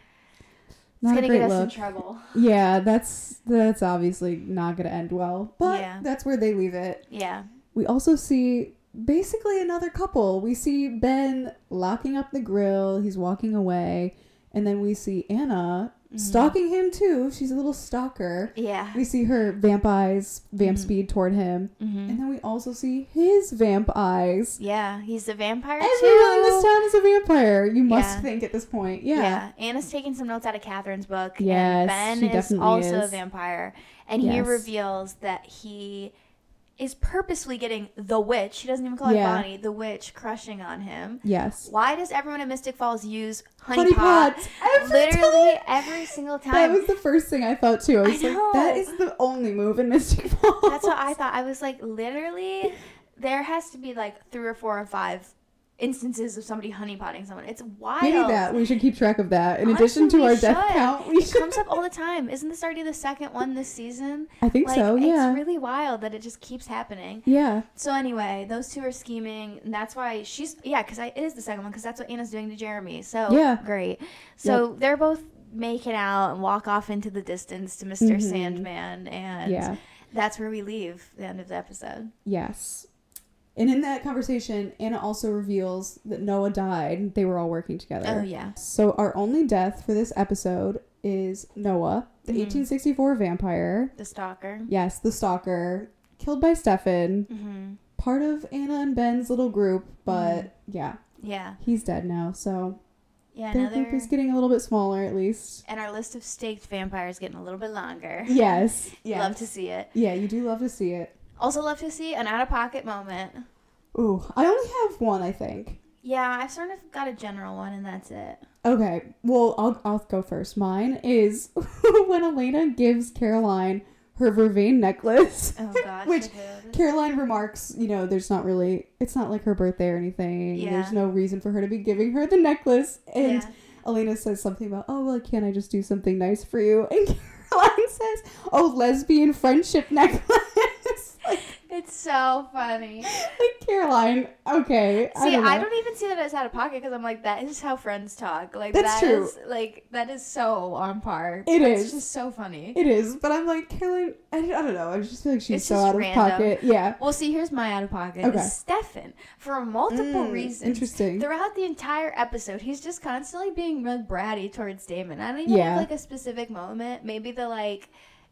Speaker 1: it's
Speaker 2: Not a
Speaker 1: going to
Speaker 2: great
Speaker 1: get us
Speaker 2: look.
Speaker 1: in trouble.
Speaker 2: Yeah, that's that's obviously not going to end well. But
Speaker 1: Yeah.
Speaker 2: that's where they leave it.
Speaker 1: Yeah.
Speaker 2: We also see basically another couple. We see Ben locking up the grill. He's walking away, and then we see Anna stalking him too. She's a little stalker.
Speaker 1: Mm-hmm. Yeah. Mm-hmm.
Speaker 2: We see her vamp eyes, vamp speed toward him,
Speaker 1: hmm
Speaker 2: and then we also see his vamp eyes.
Speaker 1: Yeah. He's a vampire
Speaker 2: Everyone in
Speaker 1: too.
Speaker 2: this town is a vampire. You must
Speaker 1: Yeah.
Speaker 2: think at this point.
Speaker 1: yeah.
Speaker 2: Yeah,
Speaker 1: Anna's taking some notes out of Catherine's book.
Speaker 2: Yes,
Speaker 1: And
Speaker 2: she
Speaker 1: Ben is
Speaker 2: definitely
Speaker 1: also a
Speaker 2: is.
Speaker 1: vampire. And he
Speaker 2: Yes.
Speaker 1: reveals that he is purposely getting the witch, he doesn't even call her
Speaker 2: Yeah.
Speaker 1: Bonnie, the witch crushing on him.
Speaker 2: yes.
Speaker 1: Why does everyone at Mystic Falls use honey,
Speaker 2: Honey
Speaker 1: pot?
Speaker 2: pots. Every
Speaker 1: Literally
Speaker 2: time.
Speaker 1: every single
Speaker 2: That
Speaker 1: time.
Speaker 2: was the first thing I thought too. I was
Speaker 1: I
Speaker 2: like, that
Speaker 1: know.
Speaker 2: is the only move in Mystic Falls.
Speaker 1: That's what I thought. I was like, literally, there has to be like three or four or five instances of somebody honey potting someone. It's wild.
Speaker 2: We need that. We should keep track of that. In addition
Speaker 1: Honestly,
Speaker 2: to
Speaker 1: we
Speaker 2: our death
Speaker 1: should.
Speaker 2: count, we
Speaker 1: it
Speaker 2: should.
Speaker 1: comes up all the time. Isn't this already the second one this season?
Speaker 2: I think
Speaker 1: Like,
Speaker 2: so. Yeah.
Speaker 1: It's really wild that it just keeps happening.
Speaker 2: yeah.
Speaker 1: So anyway, those two are scheming, and that's why she's yeah, because I it is the second one because that's what Anna's doing to Jeremy. So
Speaker 2: Yeah.
Speaker 1: great. So they're both making out and walk off into the distance to mister
Speaker 2: Mhm.
Speaker 1: Sandman, and
Speaker 2: Yeah.
Speaker 1: that's where we leave the end of the episode.
Speaker 2: Yes. And in that conversation, Anna also reveals that Noah died. They were all working together.
Speaker 1: Oh yeah,
Speaker 2: So our only death for this episode is Noah, the
Speaker 1: Mhm.
Speaker 2: 1864 vampire.
Speaker 1: the stalker.
Speaker 2: Yes, the stalker killed by Stefan,
Speaker 1: hmm
Speaker 2: part of Anna and Ben's little group.
Speaker 1: Mm-hmm.
Speaker 2: But yeah,
Speaker 1: Yeah,
Speaker 2: he's dead now. So
Speaker 1: yeah.
Speaker 2: their group
Speaker 1: Another
Speaker 2: is getting a little bit smaller, at least.
Speaker 1: and our list of staked vampires getting a little bit longer.
Speaker 2: Yes. Yes.
Speaker 1: Love to see it.
Speaker 2: Yeah, you do love to see it.
Speaker 1: Also love to see an out of pocket moment.
Speaker 2: Ooh, I only have one, I think.
Speaker 1: Yeah, I've sort of got a general one, and that's it.
Speaker 2: Okay, well, I'll, I'll go first. Mine is when Elena gives Caroline her vervain necklace.
Speaker 1: Oh gosh.
Speaker 2: Which-
Speaker 1: okay, this-
Speaker 2: Caroline remarks, you know, there's not really, it's not like her birthday or anything.
Speaker 1: Yeah.
Speaker 2: There's no reason for her to be giving her the necklace. And
Speaker 1: yeah.
Speaker 2: Elena says something about, oh, well, can't I just do something nice for you? And Caroline says, oh, lesbian friendship necklace. like,
Speaker 1: It's so funny.
Speaker 2: like, Caroline, okay.
Speaker 1: See, I don't,
Speaker 2: know.
Speaker 1: even see that as out of pocket because I'm like, that is how friends talk. Like that's
Speaker 2: That's true.
Speaker 1: like that is so on par. It
Speaker 2: It
Speaker 1: is
Speaker 2: is.
Speaker 1: just so funny.
Speaker 2: It is, but I'm like Caroline. I, I don't know. I just feel like she's
Speaker 1: It's
Speaker 2: so
Speaker 1: just
Speaker 2: out of
Speaker 1: random.
Speaker 2: pocket. Yeah.
Speaker 1: well, see, here's my out of pocket.
Speaker 2: Okay.
Speaker 1: Is Stefan for multiple
Speaker 2: Mm,
Speaker 1: reasons.
Speaker 2: Interesting.
Speaker 1: Throughout the entire episode, he's just constantly being real bratty towards Damon. I don't even
Speaker 2: Yeah.
Speaker 1: have like a specific moment. Maybe the like,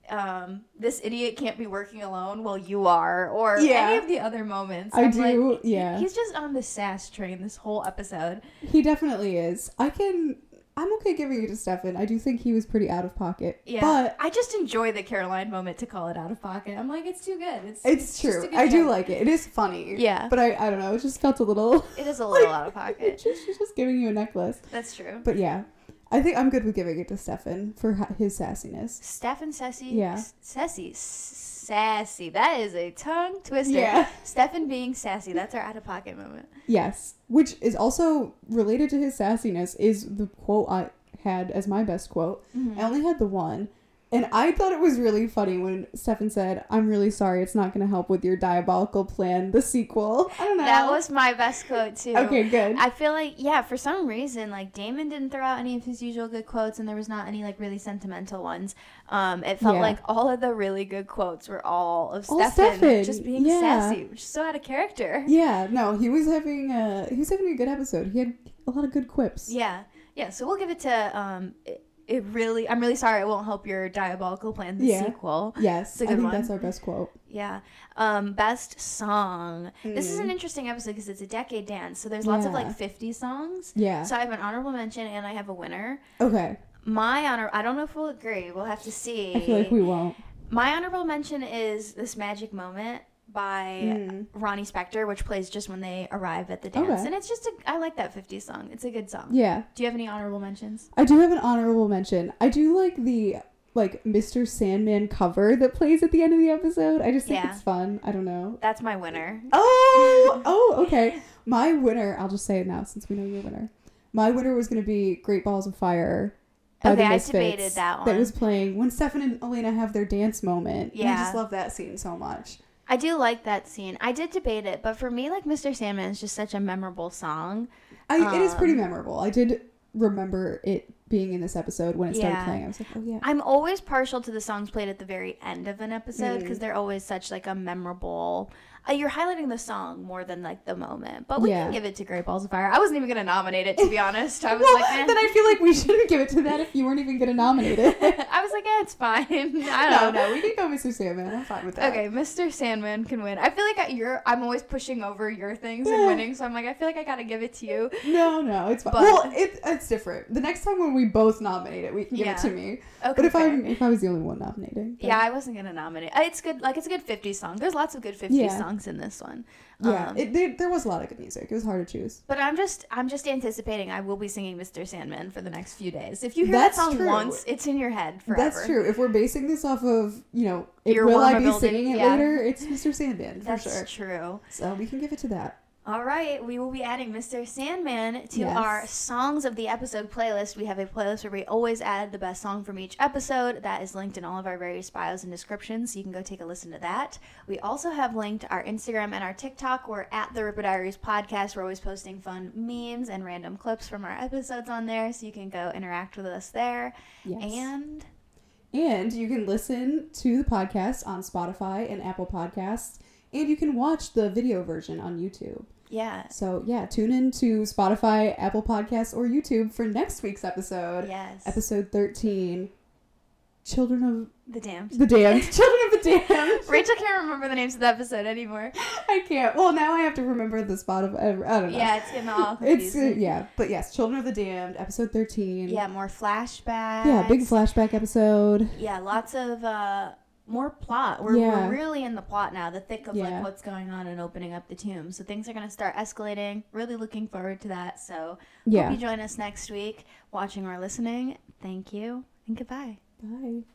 Speaker 1: um, this idiot can't be working alone. Well, you are, or
Speaker 2: Yeah.
Speaker 1: any of the other moments.
Speaker 2: I
Speaker 1: I'm
Speaker 2: do.
Speaker 1: like, he-
Speaker 2: yeah.
Speaker 1: He's just on the sass train this whole episode.
Speaker 2: He definitely is. I can. I'm okay giving it to Stefan. I do think he was pretty out of pocket.
Speaker 1: Yeah.
Speaker 2: But
Speaker 1: I just enjoy the Caroline moment to call it out of pocket. I'm like, it's too good. It's
Speaker 2: it's
Speaker 1: just a
Speaker 2: true.
Speaker 1: good
Speaker 2: I do
Speaker 1: joke.
Speaker 2: like it. It is funny.
Speaker 1: Yeah.
Speaker 2: But I, I don't know. It just felt a little.
Speaker 1: It is a little
Speaker 2: like,
Speaker 1: out of pocket.
Speaker 2: she's just giving you a necklace.
Speaker 1: That's true.
Speaker 2: But yeah. I think I'm good with giving it to Stefan for ha- his sassiness.
Speaker 1: Stefan Sassy.
Speaker 2: Yeah.
Speaker 1: S- Sassy. S- Sassy. That is a tongue twister.
Speaker 2: Yeah.
Speaker 1: Stefan being sassy. That's our out of pocket moment.
Speaker 2: Yes, which is also related to his sassiness is the quote I had as my best quote. I only had the one. And I thought it was really funny when Stefan said, "I'm really sorry, it's not going to help with your diabolical plan, the sequel." I don't know.
Speaker 1: That was my best quote, too.
Speaker 2: Okay, good.
Speaker 1: I feel like, yeah, for some reason, like Damon didn't throw out any of his usual good quotes, and there was not any like really sentimental ones. Um, it felt
Speaker 2: Yeah.
Speaker 1: like all of the really good quotes were all of
Speaker 2: All
Speaker 1: Stefan,
Speaker 2: Stefan,
Speaker 1: just being
Speaker 2: yeah.
Speaker 1: sassy, which is so out of character.
Speaker 2: yeah, no, he was having a he was having a good episode. He had a lot of good quips.
Speaker 1: Yeah, yeah. So we'll give it to. Um, it, it really, I'm really sorry. It won't help your diabolical plan. The
Speaker 2: Yeah.
Speaker 1: sequel.
Speaker 2: Yes,
Speaker 1: It's a
Speaker 2: I
Speaker 1: good
Speaker 2: think
Speaker 1: one.
Speaker 2: that's our best quote.
Speaker 1: Yeah. Um, best song. This is
Speaker 2: Mhm.
Speaker 1: an interesting episode because it's a decade dance. So there's lots of
Speaker 2: Yeah.
Speaker 1: like 50 songs.
Speaker 2: Yeah.
Speaker 1: So I have an honorable mention and I have a winner.
Speaker 2: Okay.
Speaker 1: My honor, I don't know if we'll agree. We'll have to see.
Speaker 2: I feel like we won't.
Speaker 1: My honorable mention is this magic moment by
Speaker 2: Mm.
Speaker 1: Ronnie Spector, which plays just when they arrive at the dance,
Speaker 2: Okay.
Speaker 1: and it's just a I like that 50s song. It's a good song.
Speaker 2: Yeah.
Speaker 1: Do you have any honorable mentions?
Speaker 2: I do have an honorable mention. I do like the like Mr. Sandman cover that plays at the end of the episode. I just think
Speaker 1: Yeah.
Speaker 2: it's fun. I don't know.
Speaker 1: That's my winner.
Speaker 2: Oh, oh, okay. My winner, I'll just say it now since we know your winner. My winner was going to be Great Balls of Fire. by
Speaker 1: Okay,
Speaker 2: the
Speaker 1: I
Speaker 2: Misfits
Speaker 1: debated that
Speaker 2: That
Speaker 1: one.
Speaker 2: was playing when Stefan and Elena have their dance moment. And I
Speaker 1: Yeah.
Speaker 2: just love that scene so much.
Speaker 1: I do like that scene. I did debate it, but for me, like Mr. Sandman is just such a memorable song.
Speaker 2: I, it is
Speaker 1: Um,
Speaker 2: pretty memorable. I did remember it being in this episode when it started
Speaker 1: Yeah.
Speaker 2: playing. I was like, oh, yeah.
Speaker 1: I'm always partial to the songs played at the very end of an episode
Speaker 2: Mm-hmm.
Speaker 1: because they're always such like a memorable. Uh, you're highlighting the song more than like the moment, but we
Speaker 2: Yeah.
Speaker 1: can give it to Great Balls of Fire. I wasn't even gonna nominate it to be honest. I was
Speaker 2: well,
Speaker 1: like, eh.
Speaker 2: then I feel like we shouldn't give it to that if you weren't even going to nominate it.
Speaker 1: I was like, eh, it's fine. I
Speaker 2: no,
Speaker 1: don't know.
Speaker 2: no, we can go Mr. Sandman. I'm fine with that.
Speaker 1: Okay, Mr. Sandman can win. I feel like I, you're. I'm always pushing over your things
Speaker 2: Yeah.
Speaker 1: and winning, so I'm like, I feel like I gotta give it to you.
Speaker 2: No, no, it's fine.
Speaker 1: But-
Speaker 2: well, it, it's different. The next time when we both nominate it, we can
Speaker 1: Yeah.
Speaker 2: give it to me.
Speaker 1: Okay,
Speaker 2: but if
Speaker 1: fair.
Speaker 2: I'm if I was the only one nominating, then-
Speaker 1: yeah, I wasn't gonna nominate. uh, It's good. Like it's a good 50 song. There's lots of good 50
Speaker 2: Yeah.
Speaker 1: songs in this one.
Speaker 2: yeah.
Speaker 1: Um,
Speaker 2: it, there, there was a lot of good music. It was hard to choose.
Speaker 1: But I'm just I'm just anticipating I will be singing Mr. Sandman for the next few days. If you hear
Speaker 2: That's
Speaker 1: that song
Speaker 2: true.
Speaker 1: once, it's in your head forever.
Speaker 2: That's true. If we're basing this off of you know, it,
Speaker 1: Your
Speaker 2: will I be
Speaker 1: vulnerability,
Speaker 2: singing it
Speaker 1: yeah.
Speaker 2: later? It's Mr. Sandman for
Speaker 1: That's
Speaker 2: sure.
Speaker 1: true.
Speaker 2: So we can give it to that.
Speaker 1: All right, we will be adding Mr. Sandman to
Speaker 2: Yes.
Speaker 1: our songs of the episode playlist. We have a playlist where we always add the best song from each episode. That is linked in all of our various bios and descriptions, so you can go take a listen to that. We also have linked our Instagram and our TikTok. We're at the Ripper Diaries podcast. We're always posting fun memes and random clips from our episodes on there, so you can go interact with us there.
Speaker 2: Yes.
Speaker 1: And
Speaker 2: And you can listen to the podcast on Spotify and Apple Podcasts, and you can watch the video version on YouTube.
Speaker 1: yeah,
Speaker 2: So yeah, tune in to Spotify, Apple Podcasts, or YouTube for next week's episode.
Speaker 1: yes,
Speaker 2: Episode thirteen. Children
Speaker 1: the damned.
Speaker 2: of the Damned. Children of the Damned.
Speaker 1: Rachel can't remember the names of the episode anymore.
Speaker 2: I can't. Well, now I have to remember the spot of. I don't know.
Speaker 1: Yeah, it's getting all
Speaker 2: It's uh,
Speaker 1: confusing.
Speaker 2: yeah, but yes, Children of the Damned, episode thirteen.
Speaker 1: yeah, more flashbacks.
Speaker 2: Yeah, big flashback episode.
Speaker 1: Yeah, lots of uh, more plot. We're,
Speaker 2: Yeah.
Speaker 1: we're really in the plot now, the thick of
Speaker 2: Yeah.
Speaker 1: like what's going on and opening up the tomb. So things are gonna start escalating. Really looking forward to that. So
Speaker 2: Yeah.
Speaker 1: hope you join us next week, watching or listening. Thank you and goodbye.
Speaker 2: Bye.